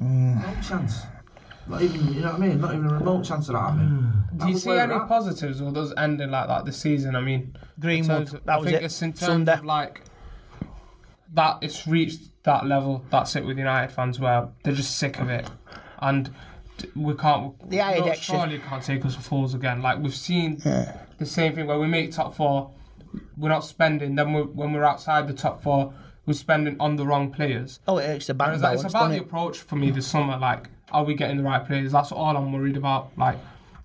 Speaker 3: Mm.
Speaker 4: No chance. Not even, you know what I mean? Not even a remote chance of that happening.
Speaker 5: Do you see any positives or does ending like that this season? I mean,
Speaker 3: Greenwood,
Speaker 5: in terms of-
Speaker 3: that
Speaker 5: I
Speaker 3: was
Speaker 5: think
Speaker 3: it.
Speaker 5: It's in terms
Speaker 3: Sunday.
Speaker 5: of like that, it's reached that level. That's it with United fans. Where they're just sick of it, and d- we can't.
Speaker 3: The
Speaker 5: no,
Speaker 3: addiction.
Speaker 5: surely you can't take us for fools again. Like we've seen the same thing where we make top four, we're not spending. Then we when we're outside the top four, we're spending on the wrong players.
Speaker 3: Oh, it's the
Speaker 5: And
Speaker 3: bank
Speaker 5: it's, like, it's
Speaker 3: balance,
Speaker 5: about
Speaker 3: doesn't
Speaker 5: the
Speaker 3: it?
Speaker 5: approach for me this summer. Like, are we getting the right players? That's all I'm worried about. Like,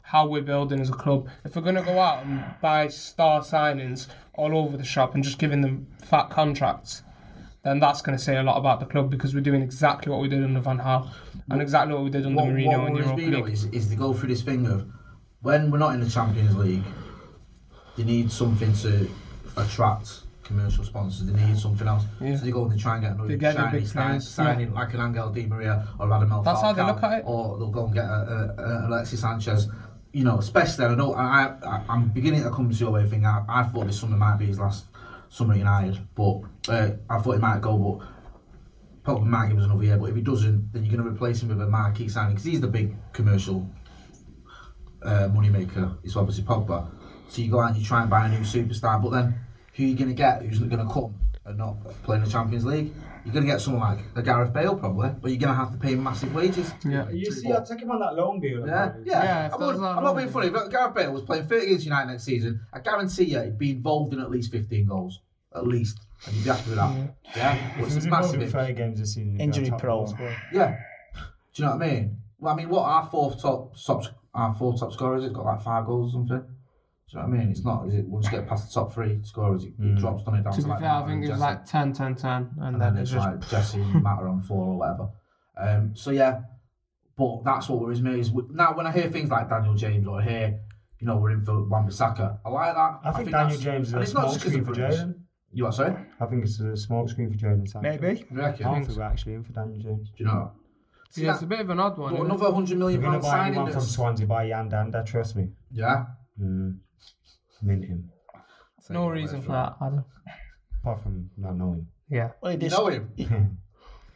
Speaker 5: how we're building as a club. If we're going to go out and buy star signings all over the shop and just giving them fat contracts, then that's going to say a lot about the club because we're doing exactly what we did under Van Gaal and exactly what we did under
Speaker 4: what,
Speaker 5: Mourinho
Speaker 4: what
Speaker 5: and
Speaker 4: worries
Speaker 5: Europa
Speaker 4: me though
Speaker 5: League.
Speaker 4: is, is they go through this thing of when we're not in the Champions League, they need something to attract commercial sponsors. They need something else.
Speaker 5: Yeah.
Speaker 4: So they go and they try and get another
Speaker 5: They get the
Speaker 4: shiny
Speaker 5: big
Speaker 4: sign-
Speaker 5: players,
Speaker 4: signing
Speaker 5: yeah.
Speaker 4: like an Angel Di Maria or Radamel
Speaker 5: That's
Speaker 4: Falcao,
Speaker 5: how they look at it.
Speaker 4: or they'll go and get a, a, a Alexis Sanchez. You know, especially I know I, I I'm beginning to come to your way of thinking. I, I thought this summer might be his last summer at United, but uh, I thought he might go, but probably might give us another year, but if he doesn't, then you're going to replace him with a marquee signing because he's the big commercial uh, moneymaker. It's obviously Pogba. So you go out and you try and buy a new superstar, but then who are you going to get? Who's going to come? are not playing the Champions League, you're going to get someone like a Gareth Bale probably, but you're going to have to pay massive wages.
Speaker 5: Yeah.
Speaker 2: You see, I took him on that loan deal.
Speaker 4: Yeah,
Speaker 2: apparently.
Speaker 4: yeah.
Speaker 5: Yeah, that's
Speaker 4: I'm, not,
Speaker 5: not
Speaker 4: I'm not
Speaker 5: wrong.
Speaker 4: being funny. If Gareth Bale was playing 30 against United next season, I guarantee you he'd be involved in at least 15 goals. At least. And you'd be happy with that. Yeah.
Speaker 2: He
Speaker 4: Which
Speaker 2: was
Speaker 4: is
Speaker 2: involved in
Speaker 4: massive.
Speaker 2: fair games this season.
Speaker 3: Injury prone.
Speaker 4: Yeah. Do you know what I mean? Well, I mean, what our fourth top top our four top scorer is? It's got like five goals or something. Do you know what I mean? It's not. Is it once you get past the top three scorers, it,
Speaker 2: Mm.
Speaker 4: it drops down it down
Speaker 5: To
Speaker 4: to,
Speaker 5: be
Speaker 4: like
Speaker 5: fair, I
Speaker 4: Matter
Speaker 5: think
Speaker 4: and
Speaker 5: it was
Speaker 4: Jesse.
Speaker 5: like 10, 10, 10, and,
Speaker 4: and
Speaker 5: then
Speaker 4: then
Speaker 5: it
Speaker 4: it's
Speaker 5: just
Speaker 4: like Jesse and Matter on four or whatever. Um, so yeah, but that's what worries me is w- now when I hear things like Daniel James or I hear, you know, we're in for Wan-Bissaka. I like that.
Speaker 2: I think Daniel
Speaker 4: that's-
Speaker 2: James is
Speaker 4: and
Speaker 2: a
Speaker 4: it's not
Speaker 2: smoke
Speaker 4: just 'cause
Speaker 2: screen
Speaker 4: of
Speaker 2: for
Speaker 4: British.
Speaker 2: Jaden.
Speaker 4: You what? Sorry,
Speaker 2: I think it's a smoke screen for Jaden. Sancho.
Speaker 3: Maybe.
Speaker 4: you reckon?
Speaker 2: I
Speaker 4: Do
Speaker 2: think we're actually in for Daniel James.
Speaker 4: you know? See
Speaker 5: yeah,
Speaker 4: that-
Speaker 5: it's a bit of an odd one.
Speaker 4: But
Speaker 5: isn't it?
Speaker 4: another hundred
Speaker 2: We're
Speaker 4: million
Speaker 2: going to
Speaker 4: pound
Speaker 2: buy
Speaker 4: signing.
Speaker 2: anyone from
Speaker 4: that's-
Speaker 2: Swansea, buy Yandanda, trust me.
Speaker 4: Yeah.
Speaker 2: Mm. Mint him.
Speaker 5: No reason for that, Adam.
Speaker 2: Apart from not knowing.
Speaker 5: Yeah.
Speaker 3: Well, he
Speaker 4: You
Speaker 3: did-
Speaker 4: know him.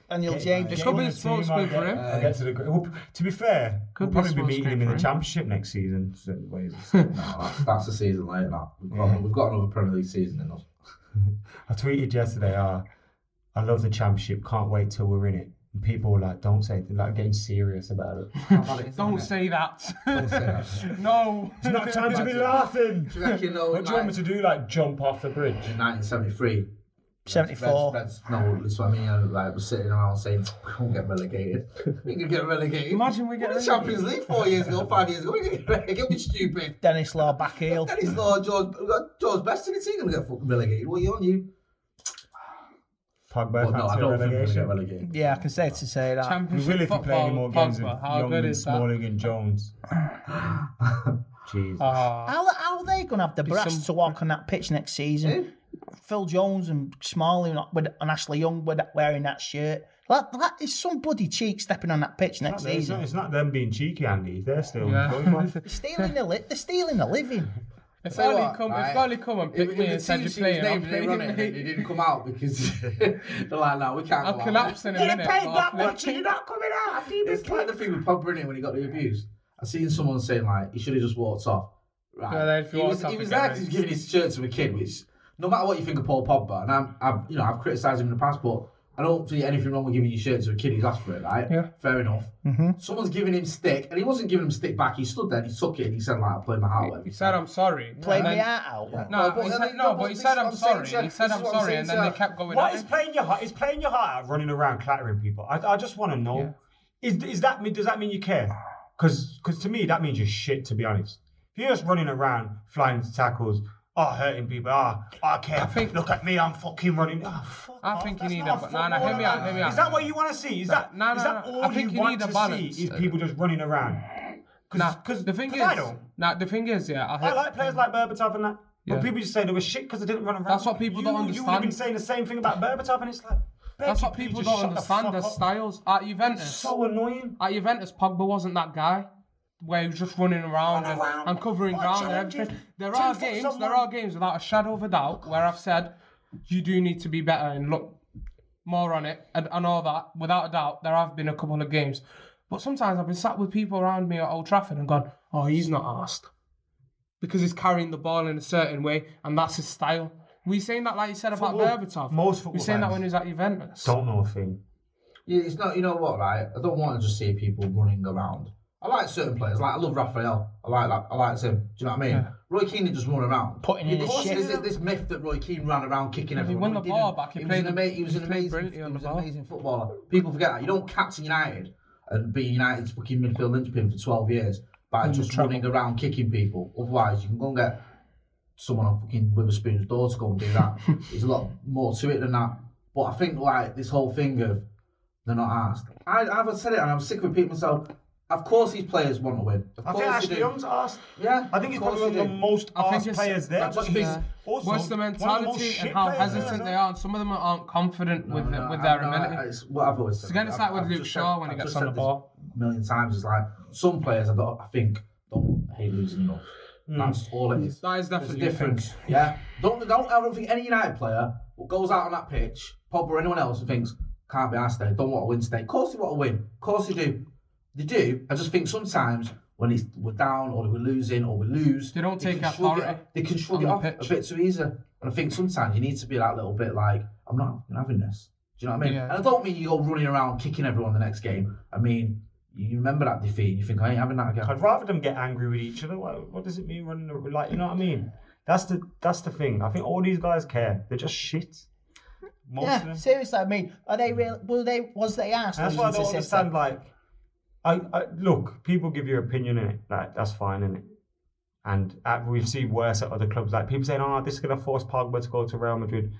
Speaker 3: Daniel
Speaker 2: Get-
Speaker 3: James.
Speaker 2: get
Speaker 5: could
Speaker 2: him
Speaker 5: be
Speaker 2: on
Speaker 5: a small
Speaker 2: team,
Speaker 5: screen
Speaker 2: I'll
Speaker 5: for
Speaker 2: get-
Speaker 5: him.
Speaker 2: I'll get to, the, gr- well, to be fair,
Speaker 5: Could be
Speaker 2: we'll
Speaker 5: a
Speaker 2: probably be
Speaker 5: small
Speaker 2: meeting
Speaker 5: screen
Speaker 2: him in
Speaker 5: for
Speaker 2: the
Speaker 5: him.
Speaker 2: championship next season. Certain ways. I
Speaker 4: No, that's, that's a season later. That we've got,
Speaker 2: Yeah.
Speaker 4: we've got another Premier League season in us.
Speaker 2: tweeted yesterday. Uh, I love the championship. Can't wait till we're in it. And people were like, don't say anything. Like getting serious about it.
Speaker 5: Don't say that.
Speaker 4: that.
Speaker 5: no.
Speaker 2: It's not time to be laughing.
Speaker 4: Do you reckon they'll,
Speaker 2: What do you want me to do? Like jump off the bridge?
Speaker 4: In 1973, Reds,
Speaker 3: 74.
Speaker 4: Reds, no, that's what I mean. uh, Like we're sitting around saying we won't get relegated. We can get relegated.
Speaker 5: Imagine we get
Speaker 4: We're in the Champions League four years ago, five years ago. We can get relegated. We're stupid.
Speaker 3: Dennis Law back heel.
Speaker 4: Dennis Law, George, we've got George Best in the team. Gonna get fucking relegated. What are you on you?
Speaker 2: Pogba
Speaker 4: Well, no,
Speaker 2: fancy
Speaker 4: I don't think we're gonna
Speaker 2: relegation.
Speaker 4: get relegated.
Speaker 3: Yeah, I can say to say that.
Speaker 2: Uh, We
Speaker 5: Championship
Speaker 2: will if you play any more
Speaker 5: football,
Speaker 2: games with
Speaker 5: Pogba. How
Speaker 2: Young
Speaker 5: good
Speaker 2: and
Speaker 5: is that?
Speaker 2: Smalling and Jones. Jeez.
Speaker 5: Ah,
Speaker 3: How, how are they going to have the brass
Speaker 5: some-
Speaker 3: to walk on that pitch next season? Phil Jones and Smalley and, with, and Ashley Young with, wearing that shirt. That, that is some bloody cheek stepping on that pitch next
Speaker 2: It's not- it's, not,
Speaker 3: season.
Speaker 2: it's not them being cheeky, Andy. They're still
Speaker 5: Yeah.
Speaker 2: going on.
Speaker 3: Stealing the li- they're stealing a living.
Speaker 5: if
Speaker 4: Tell you
Speaker 5: only
Speaker 4: what,
Speaker 5: come,
Speaker 4: right,
Speaker 5: if only come and pick
Speaker 4: if,
Speaker 5: me
Speaker 4: if
Speaker 5: and said
Speaker 4: the
Speaker 5: you're
Speaker 4: team seen his
Speaker 5: playing,
Speaker 4: name
Speaker 5: I'm
Speaker 4: and they run it, and
Speaker 5: playing.
Speaker 4: it didn't come out because they're like, no, we can't.
Speaker 5: I'll
Speaker 4: go out."
Speaker 5: collapse in a
Speaker 2: You're
Speaker 5: minute.
Speaker 2: paid that
Speaker 5: Barclay.
Speaker 2: much and you're not coming out. I think
Speaker 4: It's like the thing with Pogba Brennan when he got the abuse. I seen someone saying like he should have just walked off. Right.
Speaker 5: Yeah, then if he
Speaker 4: he was,
Speaker 5: walked off,
Speaker 4: he was
Speaker 5: he got
Speaker 4: there 'cause he was giving his shirt to a kid, which no matter what you think of Paul Pogba, and I'm, I'm you know, I've criticised him in the past, but I don't see anything wrong with giving your shirt to a kid who's asked for it, right?
Speaker 5: Yeah. Mm-hmm.
Speaker 4: Fair enough. Someone's giving him stick, and he wasn't giving him stick back. He stood there, and he took it, and he said like, "I played my heart out."
Speaker 5: He said, I'm sorry.
Speaker 3: Playing
Speaker 5: and
Speaker 3: the
Speaker 5: then-
Speaker 3: art out.
Speaker 5: No,
Speaker 4: but
Speaker 5: he
Speaker 4: then
Speaker 5: said,
Speaker 4: they-
Speaker 5: no,
Speaker 4: but
Speaker 5: but he
Speaker 4: this-
Speaker 5: said,
Speaker 4: I'm
Speaker 5: I'm
Speaker 4: saying
Speaker 5: sorry.
Speaker 4: to-
Speaker 5: He said,
Speaker 4: this
Speaker 5: I'm
Speaker 4: is what I'm
Speaker 5: sorry,
Speaker 4: saying
Speaker 5: and
Speaker 4: to
Speaker 5: then
Speaker 4: her.
Speaker 5: they kept going
Speaker 2: What
Speaker 5: at
Speaker 2: is
Speaker 5: it.
Speaker 2: playing your heart? Is playing your heart out running around clattering people? I, I just want to know. Is is that mean? Does that mean you care? Because to me that means you're shit. To be honest, if you're just running around flying to tackles. Oh, hurting people. Ah, I care.
Speaker 5: think-
Speaker 2: Look at me. I'm fucking running. Ah, fuck
Speaker 5: I
Speaker 2: off,
Speaker 5: think you
Speaker 2: that's
Speaker 5: need
Speaker 2: not
Speaker 5: a ba-
Speaker 2: football
Speaker 5: nah, nah, hear me out, hear me
Speaker 2: match.
Speaker 5: out.
Speaker 2: Is that what you want to see? Is that
Speaker 5: Nah, nah,
Speaker 2: is that
Speaker 5: nah, nah.
Speaker 2: all
Speaker 5: I think you
Speaker 2: want
Speaker 5: need
Speaker 2: to
Speaker 5: a balance.
Speaker 2: see? Is people just running around?
Speaker 5: Nah,
Speaker 2: Because
Speaker 5: the thing is,
Speaker 2: I don't.
Speaker 5: nah, the thing is, yeah, I,
Speaker 2: I
Speaker 5: heard,
Speaker 2: like players like Berbatov and that.
Speaker 5: Yeah.
Speaker 2: But people just say they were shit because they didn't run around.
Speaker 5: That's what people
Speaker 2: you,
Speaker 5: don't
Speaker 2: You would have been
Speaker 5: understand.
Speaker 2: saying the same thing about Berbatov, and it's like.
Speaker 5: that's
Speaker 2: Bertie,
Speaker 5: what
Speaker 2: please
Speaker 5: people
Speaker 2: just
Speaker 5: don't
Speaker 2: shut
Speaker 5: understand.
Speaker 2: The
Speaker 5: Their
Speaker 2: fuck up.
Speaker 5: styles at Juventus.
Speaker 2: So annoying.
Speaker 5: At Juventus, Pogba wasn't that guy where he was just running around,
Speaker 2: Run
Speaker 5: and,
Speaker 2: around.
Speaker 5: and covering
Speaker 2: What
Speaker 5: ground and
Speaker 2: challenges?
Speaker 5: everything. There
Speaker 2: Two
Speaker 5: are
Speaker 2: foot
Speaker 5: games,
Speaker 2: someone.
Speaker 5: there are games without a shadow of a doubt where I've said you do need to be better and look more on it and, and all that. Without a doubt, there have been a couple of games, but sometimes I've been sat with people around me at Old Trafford and gone, "Oh, he's not asked," because he's carrying the ball in a certain way, and that's his style. We saying that like you said about
Speaker 2: Football-
Speaker 5: Berbatov.
Speaker 2: most
Speaker 5: we
Speaker 2: football
Speaker 5: saying that
Speaker 2: fans
Speaker 5: when he was at Juventus.
Speaker 2: Don't know a thing.
Speaker 4: Yeah, it's not. You know what, right? I don't want to just see people running around. I like certain players. Like I love Raphael. I like that. I like him. Do you know what I mean? Roy Keane didn't just run around.
Speaker 3: Putting in
Speaker 4: of
Speaker 3: his
Speaker 4: course,
Speaker 3: shit.
Speaker 4: there's this myth that Roy Keane ran around kicking everyone.
Speaker 5: won the
Speaker 4: didn't.
Speaker 5: ball back. He
Speaker 4: He,
Speaker 5: played-
Speaker 4: was an, ama- he was an
Speaker 5: he played
Speaker 4: amazing.
Speaker 5: brilliantly
Speaker 4: He
Speaker 5: on the
Speaker 4: was an
Speaker 5: ball.
Speaker 4: amazing footballer. People forget that. You don't captain United and be United's fucking midfield linchpin for 12 years by just running around kicking people. Otherwise, you can go and get someone on fucking Witherspoon's door to go and do that. There's a lot more to it than that. But I think like this whole thing of they're not asked. I, I've said it and I'm sick of repeating myself. Of course, these players want to win. Of
Speaker 2: I
Speaker 4: course,
Speaker 2: think
Speaker 4: they
Speaker 2: Ashley
Speaker 4: do.
Speaker 2: Young's asked.
Speaker 4: Yeah,
Speaker 2: I think he's
Speaker 4: of course
Speaker 2: probably one of
Speaker 4: they
Speaker 2: the
Speaker 4: do.
Speaker 2: most
Speaker 5: I think
Speaker 2: asked
Speaker 5: it's-
Speaker 2: players there.
Speaker 5: I
Speaker 2: but
Speaker 5: just
Speaker 2: he's
Speaker 5: think
Speaker 2: also
Speaker 5: what's the
Speaker 2: one of most
Speaker 5: mentality
Speaker 2: shit
Speaker 5: and how
Speaker 2: players there,
Speaker 5: hesitant they
Speaker 2: isn't
Speaker 5: are, and some of them aren't confident with
Speaker 4: No, no,
Speaker 5: with
Speaker 4: I-
Speaker 5: their
Speaker 4: no,
Speaker 5: ability.
Speaker 4: I- It's what I've always said.
Speaker 5: again, it's
Speaker 4: I've-
Speaker 5: like with
Speaker 4: I've
Speaker 5: Luke
Speaker 4: just
Speaker 5: Shaw when he
Speaker 4: I've
Speaker 5: gets
Speaker 4: just
Speaker 5: on
Speaker 4: said
Speaker 5: the
Speaker 4: this
Speaker 5: ball.
Speaker 4: a million times. It's like some players I, don't, I think don't hate losing enough.
Speaker 2: Hmm.
Speaker 4: That's all it is.
Speaker 5: That is
Speaker 4: There's a
Speaker 5: definitely a
Speaker 4: difference. Yeah. Don't don't I don't think any United player goes out on that pitch, Pop or anyone else, and thinks can't be asked today. Don't want to win today. Of course they want to win. Of course they do. They do. I just think sometimes when it's, we're down or we're losing or we lose. They
Speaker 5: don't take
Speaker 4: can shrug it-
Speaker 5: authority
Speaker 4: They can shrug
Speaker 5: on
Speaker 4: it
Speaker 5: the
Speaker 4: off a bit too easy. And I think sometimes you need to be that little bit like, I'm not fucking having this. Do you know what I mean?
Speaker 5: Yeah.
Speaker 4: And I don't mean you go running around kicking everyone the next game. I mean, you remember that defeat and you think, I ain't having that again.
Speaker 2: I'd rather them get angry with each other. What, what does it mean running a- like you know what I mean? That's the that's the thing. I think all these guys care. They're just shit. Most of
Speaker 3: Yeah,
Speaker 2: them.
Speaker 3: seriously. I mean, are they real? Were they? Was they asked?
Speaker 2: And that's why I don't understand. Like, I, I look, people give your opinion in it. Like, that's fine in it. And uh, we've seen worse at other clubs. Like people saying, "Oh, this is gonna force Pogba to go to Real Madrid."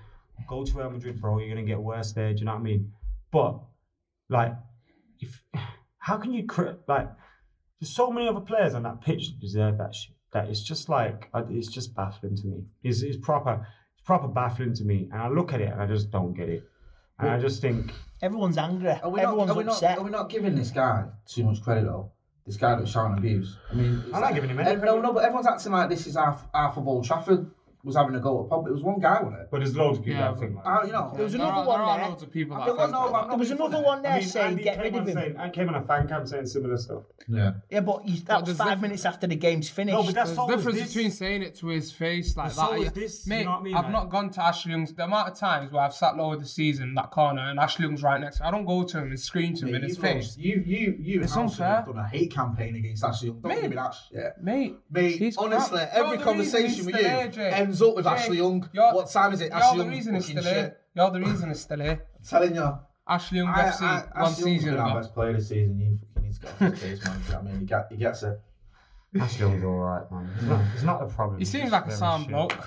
Speaker 2: Go to Real Madrid, bro. You're gonna get worse there. Do you know what I mean? But like, if how can you cri- like? There's so many other players on that pitch that deserve that shit. That it's just like I- it's just baffling to me. It's, it's proper, it's proper baffling to me. And I look at it and I just don't get it. And I just think
Speaker 3: Everyone's angry.
Speaker 4: Are we,
Speaker 3: Everyone's
Speaker 4: not, are, we
Speaker 3: upset.
Speaker 4: Not, are we not giving this guy too much credit though? This guy that's shouting abuse. I mean, it's
Speaker 2: I'm not giving him any
Speaker 4: eh, No, no, but everyone's acting like this is half half of Old Trafford was having a go at Pogba. It was one guy, wasn't it?
Speaker 2: But there's loads of people
Speaker 5: Yeah,
Speaker 2: that think like
Speaker 4: Uh, you know,
Speaker 3: There was
Speaker 5: There
Speaker 3: another
Speaker 5: are,
Speaker 3: one
Speaker 5: there are
Speaker 3: there.
Speaker 5: loads of people
Speaker 4: I
Speaker 5: that
Speaker 4: don't
Speaker 5: think
Speaker 4: know,
Speaker 5: that.
Speaker 4: but I'm
Speaker 3: There
Speaker 4: not
Speaker 3: was
Speaker 4: being
Speaker 3: another
Speaker 4: funny.
Speaker 3: one there
Speaker 2: I mean,
Speaker 3: saying
Speaker 2: Andy
Speaker 3: get
Speaker 2: came
Speaker 3: rid of
Speaker 2: on
Speaker 3: him.
Speaker 2: saying- I came on a fan cam saying similar stuff.
Speaker 4: yeah.
Speaker 3: Yeah, but he's, that was
Speaker 5: there's
Speaker 3: five
Speaker 5: different-
Speaker 3: minutes after the game's finished.
Speaker 2: No, but that's
Speaker 5: There's a
Speaker 2: so is
Speaker 5: difference
Speaker 2: this.
Speaker 5: between saying it to his face like
Speaker 2: But
Speaker 5: that.
Speaker 2: so is
Speaker 5: I-
Speaker 2: this, you
Speaker 5: Mate,
Speaker 2: know what I mean,
Speaker 5: I've
Speaker 2: mate?
Speaker 5: not gone to Ashley Young's. The amount of times where I've sat low with the season, that corner, and Ashley Young's right next to me, I don't go to him and scream to him in
Speaker 4: you,
Speaker 5: his
Speaker 4: guys-
Speaker 5: face.
Speaker 4: you, you, you,
Speaker 5: It's
Speaker 4: Alison,
Speaker 5: unfair.
Speaker 4: have done a hate campaign against Ashley Young. Don't
Speaker 5: Mate.
Speaker 4: give me that shit.
Speaker 5: Mate,
Speaker 4: Mate,
Speaker 5: he's
Speaker 4: honestly,
Speaker 5: crap.
Speaker 4: every
Speaker 5: You're the
Speaker 4: conversation
Speaker 5: reason
Speaker 4: with
Speaker 5: he's
Speaker 4: you
Speaker 5: still here, Jake.
Speaker 4: ends up with
Speaker 5: Jake,
Speaker 4: Ashley Young.
Speaker 5: you're-
Speaker 4: What time is it?
Speaker 5: You're
Speaker 4: Ashley
Speaker 5: the
Speaker 4: Young
Speaker 5: reason he's
Speaker 4: fucking
Speaker 5: still here.
Speaker 4: shit.
Speaker 5: You're the reason he's still here.
Speaker 4: I'm telling you.
Speaker 5: Ashley Young FC, one
Speaker 4: Ashley Young's
Speaker 5: season
Speaker 4: been
Speaker 5: ago.
Speaker 4: our best player this season. You fucking need to get off his case, man. Do you know what I mean? He, get, he gets it.
Speaker 2: Ashley Young's all right, man. It's not, it's not a problem.
Speaker 5: He seems like a sound bloke.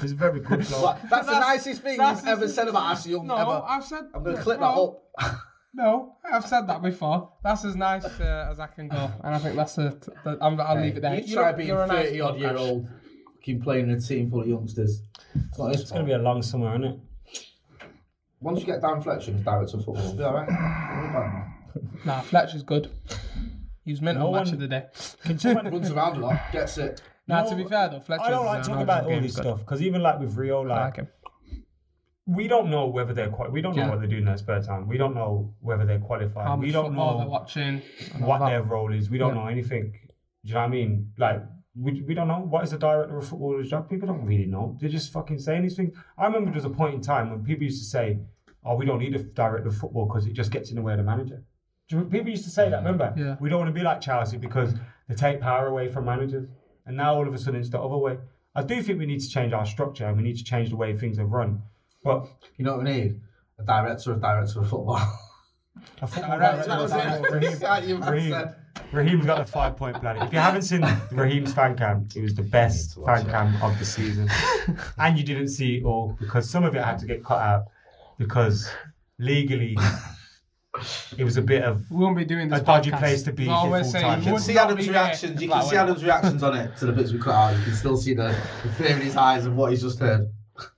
Speaker 2: He's very good bloke.
Speaker 4: That's, the nicest thing
Speaker 5: that's
Speaker 4: you've ever
Speaker 5: his-
Speaker 4: said about Ashley Young.
Speaker 5: No,
Speaker 4: ever.
Speaker 5: I've said.
Speaker 4: I'm going to
Speaker 5: no,
Speaker 4: clip that
Speaker 5: no,
Speaker 4: up.
Speaker 5: No, I've said that before. That's as nice uh, as I can go, and I think that's a. That, I'm, I'll leave it there.
Speaker 4: You try
Speaker 5: You're-
Speaker 4: being
Speaker 5: you're a nice
Speaker 4: 30 odd
Speaker 5: bloke,
Speaker 4: year
Speaker 5: Ash.
Speaker 4: old, fucking playing in a team full of youngsters. It's not his
Speaker 2: It's gonna be a long summer, isn't it?
Speaker 4: Once you get Dan Fletcher as director of football, it'll be alright.
Speaker 5: Nah, Fletcher's good. He was meant
Speaker 2: No
Speaker 5: on match
Speaker 2: one-
Speaker 5: of the day.
Speaker 4: Runs around a lot, gets it.
Speaker 5: Nah,
Speaker 2: No,
Speaker 5: to be fair though, Fletcher.
Speaker 2: I don't like talking about all this stuff because even like with Rio,
Speaker 5: I
Speaker 2: like
Speaker 5: like him.
Speaker 2: we don't know whether they're quali- we don't know
Speaker 5: Yeah.
Speaker 2: what they do in their spare time. We don't know whether they're qualified.
Speaker 5: How
Speaker 2: we
Speaker 5: much
Speaker 2: don't
Speaker 5: football
Speaker 2: know
Speaker 5: they're watching. and all
Speaker 2: what
Speaker 5: that.
Speaker 2: their role is. We don't
Speaker 5: Yeah.
Speaker 2: know anything. Do you know what I mean? Like, we, we don't know. What is the director of footballer's job? People don't really know. They're just fucking saying these things. I remember there was a point in time when people used to say, oh, we don't need a director of football because it just gets in the way of the manager. Do you- People used to say that, remember?
Speaker 5: Mm, Yeah.
Speaker 2: We don't want to be like Chelsea because they take power away from managers. And now all of a sudden it's the other way. I do think we need to change our structure and we need to change the way things are run. But
Speaker 4: You know what we need? A director of director of football.
Speaker 2: a football
Speaker 4: Director
Speaker 2: director
Speaker 4: of director.
Speaker 2: Raheem-
Speaker 4: That you man
Speaker 2: Raheem.
Speaker 4: said.
Speaker 2: Raheem's got a five point plan. If you haven't seen Raheem's fan cam, it was the best
Speaker 4: You need to watch
Speaker 2: fan
Speaker 4: it.
Speaker 2: cam of the season. and you didn't see it all because some of it had to get cut out because legally it was a bit of
Speaker 5: We won't be doing this.
Speaker 2: A dodgy
Speaker 5: podcast.
Speaker 2: place to be
Speaker 5: He's
Speaker 2: if you're
Speaker 5: always saying he
Speaker 2: full-time.
Speaker 4: You can
Speaker 5: would
Speaker 4: see
Speaker 5: not be
Speaker 4: Adam's
Speaker 5: there
Speaker 4: reactions.
Speaker 5: if
Speaker 4: You
Speaker 5: I
Speaker 4: can see
Speaker 5: went.
Speaker 4: Adam's reactions on it to the bits we cut out. You can still see the, the fear in his eyes of what he's just heard.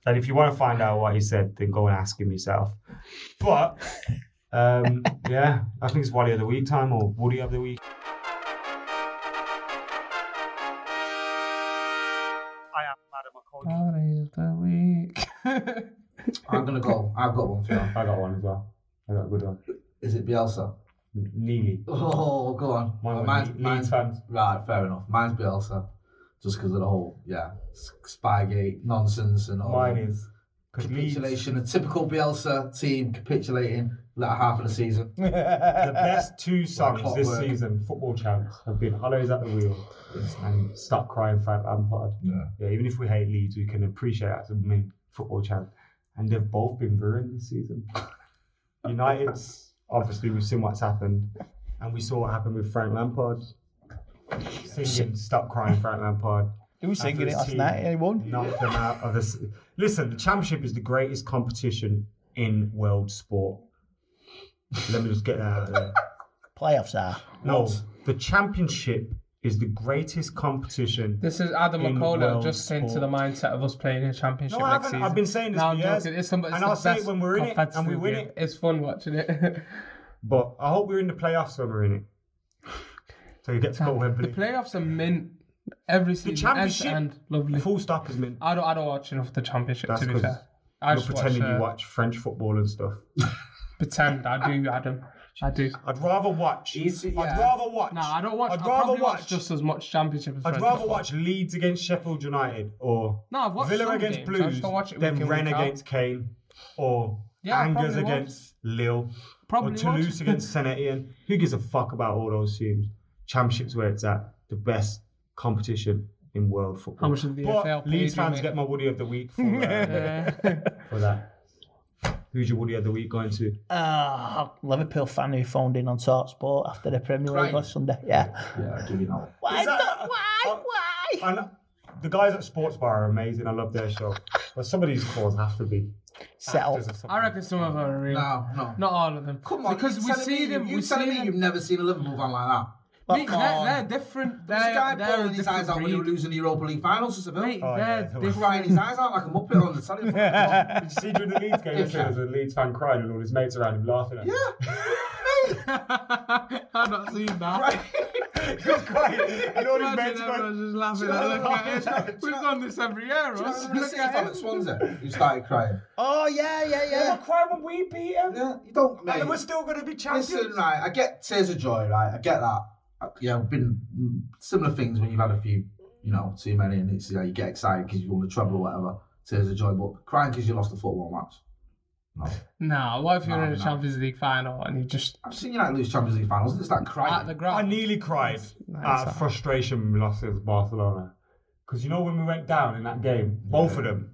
Speaker 2: that if you want to find out what he said, then go and ask him yourself. But um, yeah, I think it's Wally of the Week time or Woody of the Week. I am Madam
Speaker 5: What is the week?
Speaker 4: I'm gonna go. I've got one for you.
Speaker 2: I got one as well. I got a good one.
Speaker 4: Is it Bielsa?
Speaker 2: Neely.
Speaker 4: Oh, go on.
Speaker 2: Mine
Speaker 4: Uh,
Speaker 2: was
Speaker 4: mine's,
Speaker 2: Le-
Speaker 4: mine's,
Speaker 2: Leeds fans.
Speaker 4: Right, fair enough. Mine's Bielsa, just because of the whole yeah, s- Spygate nonsense and all.
Speaker 2: Mine is. Because Leeds,
Speaker 4: capitulation. A typical Bielsa team capitulating latter half of the season.
Speaker 2: the best two songs this
Speaker 4: clockwork.
Speaker 2: season, football chants, have been Hollows at the Wheel and Stop Crying Frank Lampard.
Speaker 4: Yeah.
Speaker 2: yeah, even if we hate Leeds, we can appreciate that as a main football chant. And they've both been ruined this season. United's obviously we've seen what's happened, and we saw what happened with Frank Lampard. Singing "Stop Crying, Frank Lampard."
Speaker 3: He was singing
Speaker 2: After
Speaker 3: it
Speaker 2: his
Speaker 3: last
Speaker 2: team
Speaker 3: night. Anyone?
Speaker 2: Knocked them out of this. Listen, the championship is the greatest competition in world sport. Let me just get that out of there.
Speaker 3: Playoffs are.
Speaker 2: No, the championship is the greatest competition.
Speaker 5: This is Adam
Speaker 2: In
Speaker 5: McCullough
Speaker 2: world
Speaker 5: just into the
Speaker 2: sport.
Speaker 5: mindset of us playing in a championship
Speaker 2: No, I
Speaker 5: next
Speaker 2: haven't.
Speaker 5: season.
Speaker 2: I've been saying this
Speaker 5: No,
Speaker 2: for
Speaker 5: I'm
Speaker 2: years,
Speaker 5: joking. It's, some, it's
Speaker 2: and
Speaker 5: the
Speaker 2: I'll say it
Speaker 5: best
Speaker 2: when we're in it, and we
Speaker 5: competitive
Speaker 2: win
Speaker 5: game.
Speaker 2: it.
Speaker 5: It's fun watching it.
Speaker 2: But I hope we're in the playoffs when we're in it. So you get to go
Speaker 5: the
Speaker 2: Wembley.
Speaker 5: playoffs are mint every season.
Speaker 2: championship-
Speaker 5: end to end. lovely.
Speaker 2: Full stop is mint.
Speaker 5: I don't, I don't watch enough of the championship
Speaker 2: That's
Speaker 5: to be
Speaker 2: 'cause
Speaker 5: fair. I
Speaker 2: You're
Speaker 5: just
Speaker 2: pretending
Speaker 5: watch, uh,
Speaker 2: you watch French football and stuff.
Speaker 5: pretend I do, Adam. I do.
Speaker 2: I'd rather watch. I'd
Speaker 5: yeah.
Speaker 2: rather watch.
Speaker 5: No, I don't watch.
Speaker 2: I'd
Speaker 5: I
Speaker 2: rather
Speaker 5: probably watch,
Speaker 2: watch.
Speaker 5: just as much championship as
Speaker 2: I'd
Speaker 5: French
Speaker 2: rather
Speaker 5: football.
Speaker 2: watch Leeds against Sheffield United or
Speaker 5: No, I've watched
Speaker 2: Villa
Speaker 5: some
Speaker 2: against
Speaker 5: games, I just
Speaker 2: Blues,
Speaker 5: don't watch it
Speaker 2: then
Speaker 5: week in,
Speaker 2: Rennes
Speaker 5: week out.
Speaker 2: against Kane or
Speaker 5: Yeah, I
Speaker 2: Angers
Speaker 5: probably would.
Speaker 2: against Lille
Speaker 5: Probably
Speaker 2: or
Speaker 5: would.
Speaker 2: Toulouse against Saint Etienne. Who gives a fuck about all those teams? Championship's where it's at. The best competition in world football.
Speaker 5: How much of the
Speaker 2: But
Speaker 5: AFL paid
Speaker 2: Leeds
Speaker 5: you,
Speaker 2: fans
Speaker 5: mate?
Speaker 2: get my Woody of the Week for, uh, for that. Who's your Woody of the Week going to?
Speaker 3: Uh, Liverpool fan who phoned in on Talksport after the Premier League
Speaker 4: Crying.
Speaker 3: last Sunday. Yeah.
Speaker 4: Yeah, I give you that.
Speaker 3: Why?
Speaker 2: Is that-
Speaker 3: don't- why?
Speaker 2: uh,
Speaker 3: Why?
Speaker 2: And the guys at Sports Bar are amazing. I love their show. But some of these calls have to be
Speaker 3: Settle.
Speaker 2: actors or something.
Speaker 5: I reckon some of them are real.
Speaker 4: No, no.
Speaker 5: Not all of them.
Speaker 4: Come on,
Speaker 5: because
Speaker 4: you
Speaker 5: we
Speaker 4: telling
Speaker 5: see
Speaker 4: me-
Speaker 5: them.
Speaker 4: You
Speaker 5: We
Speaker 4: telling
Speaker 5: see
Speaker 4: me you've
Speaker 5: them.
Speaker 4: never seen a Liverpool fan like that?
Speaker 5: Mate,
Speaker 3: Come
Speaker 5: they're,
Speaker 3: on.
Speaker 5: they're different.
Speaker 4: This guy
Speaker 5: They're, they're a
Speaker 4: bawling his eyes out
Speaker 5: different
Speaker 4: when he was
Speaker 5: breed.
Speaker 4: losing the Europa League finals to Seville.
Speaker 5: Mate,
Speaker 4: Oh,
Speaker 5: they're
Speaker 2: yeah.
Speaker 5: different.
Speaker 4: crying his eyes out like a muppet on the telly. yeah,
Speaker 2: Did you see during the Leeds game yesterday, there was a Leeds fan crying and all his mates around him laughing at him?
Speaker 5: I've not seen that.
Speaker 2: He was crying and all his
Speaker 5: Imagine
Speaker 2: mates
Speaker 5: everyone's
Speaker 2: going,
Speaker 5: just laughing.
Speaker 4: Do you know
Speaker 5: Look
Speaker 4: what?
Speaker 5: at
Speaker 4: Do
Speaker 5: it.
Speaker 4: you
Speaker 5: We've
Speaker 4: know-
Speaker 5: done this every year.
Speaker 4: Do you
Speaker 5: Ross.
Speaker 4: remember the
Speaker 5: Look
Speaker 4: City fan
Speaker 5: at
Speaker 4: at
Speaker 5: it.
Speaker 4: Swansea who started crying?
Speaker 3: Oh, yeah, yeah,
Speaker 2: they were
Speaker 3: yeah.
Speaker 2: crying when we beat him.
Speaker 4: Yeah, you don't, mate.
Speaker 2: And we're still going to be champions.
Speaker 4: Listen, right, I get tears of joy, right? I get that. Uh, Yeah, I've been mm, similar things when you've had a few, you know, too many, and it's yeah, you get excited because you won the treble or whatever. Tears of joy, but crying because you lost the football match. No,
Speaker 5: Nah, what if you're
Speaker 4: Nah,
Speaker 5: in a
Speaker 4: nah.
Speaker 5: Champions League final and you just
Speaker 4: I've seen United lose Champions League finals. It's that
Speaker 5: at
Speaker 4: crying.
Speaker 5: the
Speaker 2: I
Speaker 5: ground?
Speaker 2: nearly cried
Speaker 5: Nice,
Speaker 2: at
Speaker 5: huh?
Speaker 2: frustration we lost against Barcelona. Because you know when we went down in that game, both of them,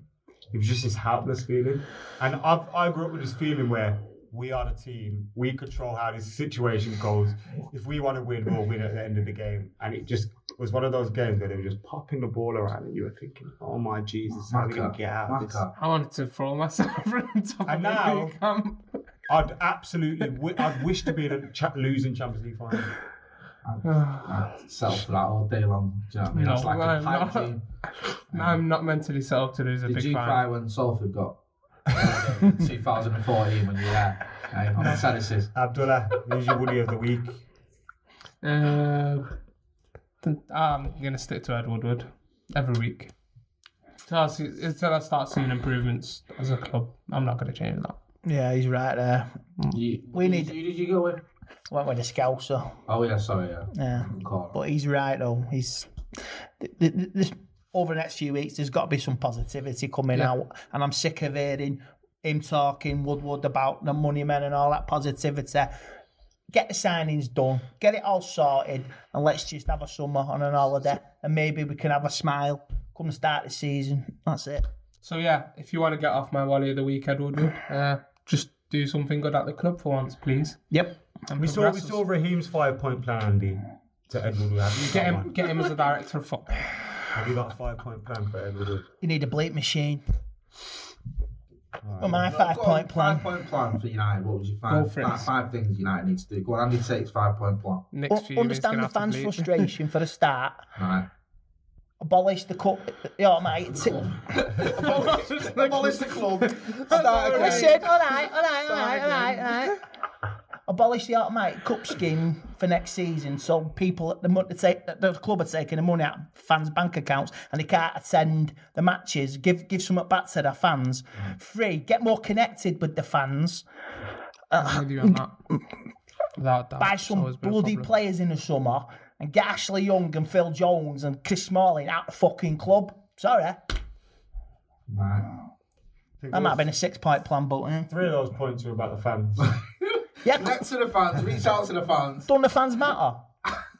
Speaker 2: it was just this helpless feeling. And I've, I grew up with this feeling where we are the team, we control how this situation goes. If we want to win, we'll win at the end of the game. And it just was one of those games where they were just popping the ball around and you were thinking, oh my Jesus, how are we going to get out of this?
Speaker 4: Maka.
Speaker 5: I wanted to throw myself on top
Speaker 2: And
Speaker 5: of
Speaker 2: now-
Speaker 5: the camp.
Speaker 2: I'd absolutely, wi- I'd wish to be in a cha- losing Champions League final.
Speaker 4: I'd settle Uh, for that all day long. Do you know what I mean?
Speaker 5: No,
Speaker 4: That's like
Speaker 5: I'm
Speaker 4: a pipe
Speaker 5: not.
Speaker 4: dream.
Speaker 5: No, I'm not mentally set up to lose a
Speaker 4: Did
Speaker 5: big
Speaker 4: you cry
Speaker 5: final.
Speaker 4: when Salford got in 2014 when you were there eh, on the terraces?
Speaker 2: Abdullah, who's your Woody of the week?
Speaker 5: Uh, th- I'm gonna stick to Ed Woodward every week. Until I, see, until I start seeing improvements as a club, I'm not gonna change that.
Speaker 3: Yeah, he's right there.
Speaker 4: You,
Speaker 3: We need-
Speaker 4: Who did you go with?
Speaker 3: Went with a scouser.
Speaker 4: Oh yeah, sorry, yeah.
Speaker 3: Yeah.
Speaker 4: Call.
Speaker 3: But he's right though. He's th- th- th- this over the next few weeks. There's got to be some positivity coming
Speaker 5: Yeah.
Speaker 3: out, and I'm sick of hearing him talking Woodward about the money men and all that positivity. Get the signings done, get it all sorted, and let's just have a summer on an holiday, and maybe we can have a smile come the start of the season. That's it.
Speaker 5: So yeah, if you want to get off my wallet of the week, Ed Woodward, uh, just do something good at the club for once, please.
Speaker 3: Yep.
Speaker 5: And
Speaker 2: We saw we
Speaker 5: progress us.
Speaker 2: saw Raheem's five point plan, Andy, to Edward. Wood. Have
Speaker 5: get
Speaker 2: you got
Speaker 5: him,
Speaker 2: one?
Speaker 5: get him as a director of football.
Speaker 2: Have you got a five point plan for Edward? Wood?
Speaker 3: You need a bleep machine. Well, my
Speaker 4: Go on,
Speaker 3: five point plan.
Speaker 4: Five point plan for United. What would you find?
Speaker 5: Go for it.
Speaker 4: five, five things United needs to do. Go on, Andy takes five point plan.
Speaker 5: Next
Speaker 3: Un-
Speaker 5: few weeks
Speaker 3: understand
Speaker 5: gonna
Speaker 3: the
Speaker 5: have to
Speaker 3: fans'
Speaker 5: bleep.
Speaker 3: frustration for a start.
Speaker 4: Right.
Speaker 3: Abolish the cup. Yeah, mate. t-
Speaker 4: Abolish the club.
Speaker 3: Listen, all right, all right, all right, all right, all right. Abolish the automatic cup scheme for next season, so people the, mon- take, the club are taking the money out of fans' bank accounts and they can't attend the matches. Give give some back to their fans. Free, get more connected with the fans.
Speaker 5: I'm with you on that. Without doubt,
Speaker 3: Buy
Speaker 5: it's
Speaker 3: some
Speaker 5: always been a
Speaker 3: bloody
Speaker 5: problem.
Speaker 3: players in the summer and get Ashley Young and Phil Jones and Chris Smalling out the fucking club. Sorry,
Speaker 4: Right.
Speaker 3: that might have been a six-point plan, but eh.
Speaker 2: Three of those points were about the fans.
Speaker 3: yeah,
Speaker 4: Next to the fans. Reach out to the fans.
Speaker 3: don't the fans matter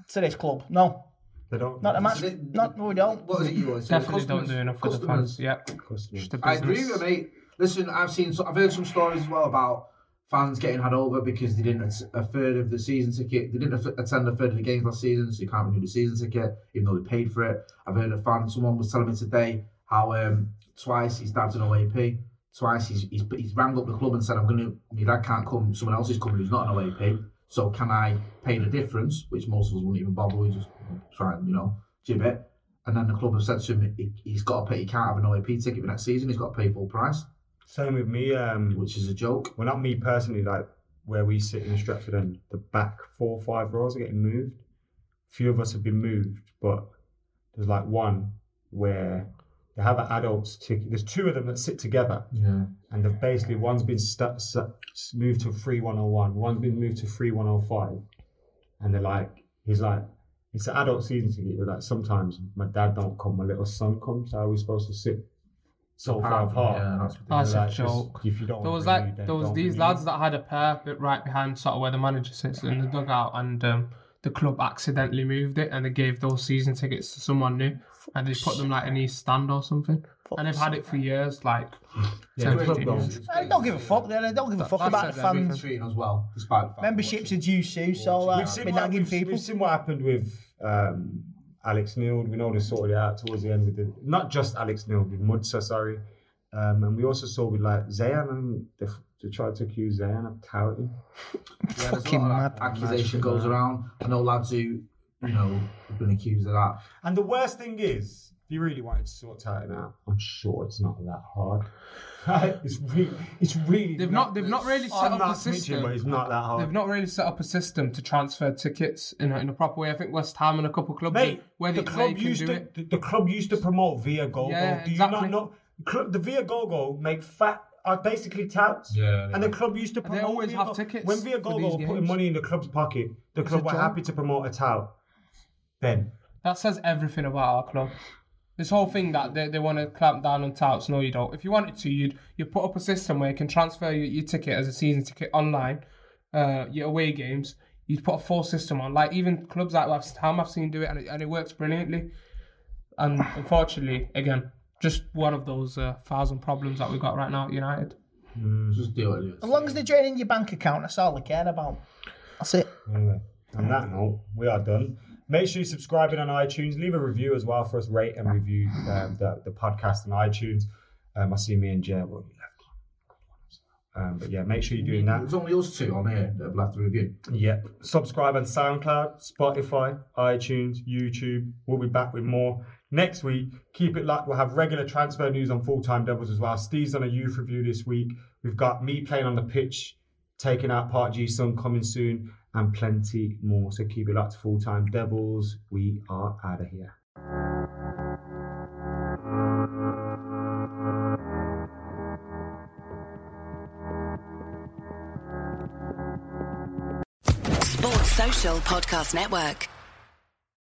Speaker 3: to this club? No.
Speaker 2: They don't.
Speaker 3: Not a match.
Speaker 4: They-
Speaker 3: Not, no, we don't.
Speaker 4: What is it you always say?
Speaker 5: Definitely
Speaker 4: Customers.
Speaker 5: don't do enough for the
Speaker 4: Customers.
Speaker 5: fans. Yeah,
Speaker 2: Customers.
Speaker 5: Just a
Speaker 4: I agree with
Speaker 5: business.
Speaker 4: you, mate. Listen, I've seen, so, I've heard some stories as well about fans getting had over because they didn't att- a third of the season ticket. They didn't att- attend a third of the games last season, so you can't renew the season ticket, even though they paid for it. I've heard a fan. Someone was telling me today how um, twice he's dabbed an OAP. Twice he's, he's he's rang up the club and said, "I'm gonna, my dad can't come. Someone else is coming who's not an OAP. So can I pay the difference?" Which most of us wouldn't even bother. We just try and you know jib it. And then the club have said to him, he, he's got to pay, he can't have an OAP ticket for next season, he's got to pay full price,
Speaker 2: Same with me. Um,
Speaker 4: which is a joke.
Speaker 2: well, not me personally. Like where we sit in Stratford, and the back four, five rows are getting moved. Few of us have been moved, but there's like one where They have an adults ticket. There's two of them that sit together,
Speaker 4: Yeah.
Speaker 2: and they've basically one's been stu- stu- moved to free 101, one's been moved to free 105, and they're like, he's like, it's an adult season ticket. But like sometimes my dad don't come, my little son comes. How are we supposed to sit so far
Speaker 4: Apart,
Speaker 2: apart?
Speaker 4: yeah, that's
Speaker 2: And
Speaker 5: That's
Speaker 2: they're
Speaker 5: a
Speaker 2: like, "Just-
Speaker 5: joke.
Speaker 2: If you don't,
Speaker 5: There was
Speaker 2: agree,
Speaker 5: like
Speaker 2: then
Speaker 5: there was
Speaker 2: don't
Speaker 5: these
Speaker 2: agree."
Speaker 5: lads that had a pair bit right behind sort of where the manager sits in the dugout, and um, the club accidentally moved it, and they gave those season tickets to someone new, and they put them like in East Stand or something, and they've had it for years. Like,
Speaker 4: Yeah,
Speaker 5: 10,
Speaker 4: the
Speaker 5: 15
Speaker 4: club
Speaker 5: years.
Speaker 4: goals.
Speaker 3: I don't give a fuck. They they don't give a fuck
Speaker 4: That's
Speaker 3: about the
Speaker 4: said everything
Speaker 3: fans.
Speaker 4: treating us well, despite the fact
Speaker 3: Memberships are
Speaker 4: we're
Speaker 3: due soon, so uh,
Speaker 2: We've seen,
Speaker 3: been
Speaker 2: what,
Speaker 3: nagging
Speaker 2: we've,
Speaker 3: people.
Speaker 2: we've seen what happened with um, Alex Neil. We know they sorted it out towards the end with the, not just Alex Neil, with Mudsa, sorry. Um, and we also saw with like Zayan and they, they tried to accuse Zayan of touting.
Speaker 4: watching. Yeah, there's a
Speaker 3: fucking
Speaker 4: lot of
Speaker 3: mad.
Speaker 4: that Accusation goes around. I know lads who, you know, have been accused of that.
Speaker 2: And the worst thing is, if you really wanted to sort touting out, I'm sure it's not that hard. it's really, it's really.
Speaker 5: They've not- they've not really set
Speaker 2: I'm
Speaker 5: up
Speaker 2: not
Speaker 5: the
Speaker 2: snitching,
Speaker 5: system.
Speaker 2: but it's not that hard.
Speaker 5: They've not really set up a system to transfer tickets in a, in a proper way. I think West Ham and a couple of clubs
Speaker 2: Mate,
Speaker 5: where
Speaker 2: the
Speaker 5: they,
Speaker 2: club
Speaker 5: they can
Speaker 2: used
Speaker 5: do
Speaker 2: to
Speaker 5: it.
Speaker 2: The, the club used to promote Via Gogo.
Speaker 5: Yeah,
Speaker 2: Do you
Speaker 5: exactly.
Speaker 2: not know? Club, the Via Gogo make fat are basically touts.
Speaker 4: Yeah,
Speaker 2: And the club used to
Speaker 5: They
Speaker 2: promote.
Speaker 5: always
Speaker 2: Via
Speaker 5: have
Speaker 2: Go-
Speaker 5: tickets
Speaker 2: When Via
Speaker 5: for
Speaker 2: Gogo
Speaker 5: these
Speaker 2: were putting
Speaker 5: games.
Speaker 2: money in the club's pocket, the club
Speaker 5: a
Speaker 2: were
Speaker 5: joke.
Speaker 2: happy to promote a tout. Then
Speaker 5: That says everything about our club. This whole thing that they, they want to clamp down on touts. No, you don't. If you wanted to, you'd you put up a system where you can transfer your, your ticket as a season ticket online, uh, your away games. You'd put a full system on. Like even clubs like West Ham, I've seen do it, and it, and it works brilliantly. And unfortunately, again, just one of those uh, thousand problems that we've got right now at United.
Speaker 2: hmm.
Speaker 4: Just do it.
Speaker 3: As long as they're draining your bank account, that's all I care about. That's it.
Speaker 2: anyway, on that note, we are done. Make sure you subscribe in on iTunes. Leave a review as well for us. Rate and review um, the, the podcast on iTunes. Um, I see me and Jay. Well, you left one. Um, but yeah, make sure you're doing that.
Speaker 4: There's only us two on here that have left the review.
Speaker 2: Yep. Subscribe on SoundCloud, Spotify, iTunes, YouTube. We'll be back with more next week. Keep it locked. We'll have regular transfer news on full time doubles as well. Steve's on a youth review this week. We've got me playing on the pitch, taking out Part G Sun coming soon, and plenty more. So keep it locked to full time devils. We are out of here.
Speaker 6: Sports Social Podcast Network.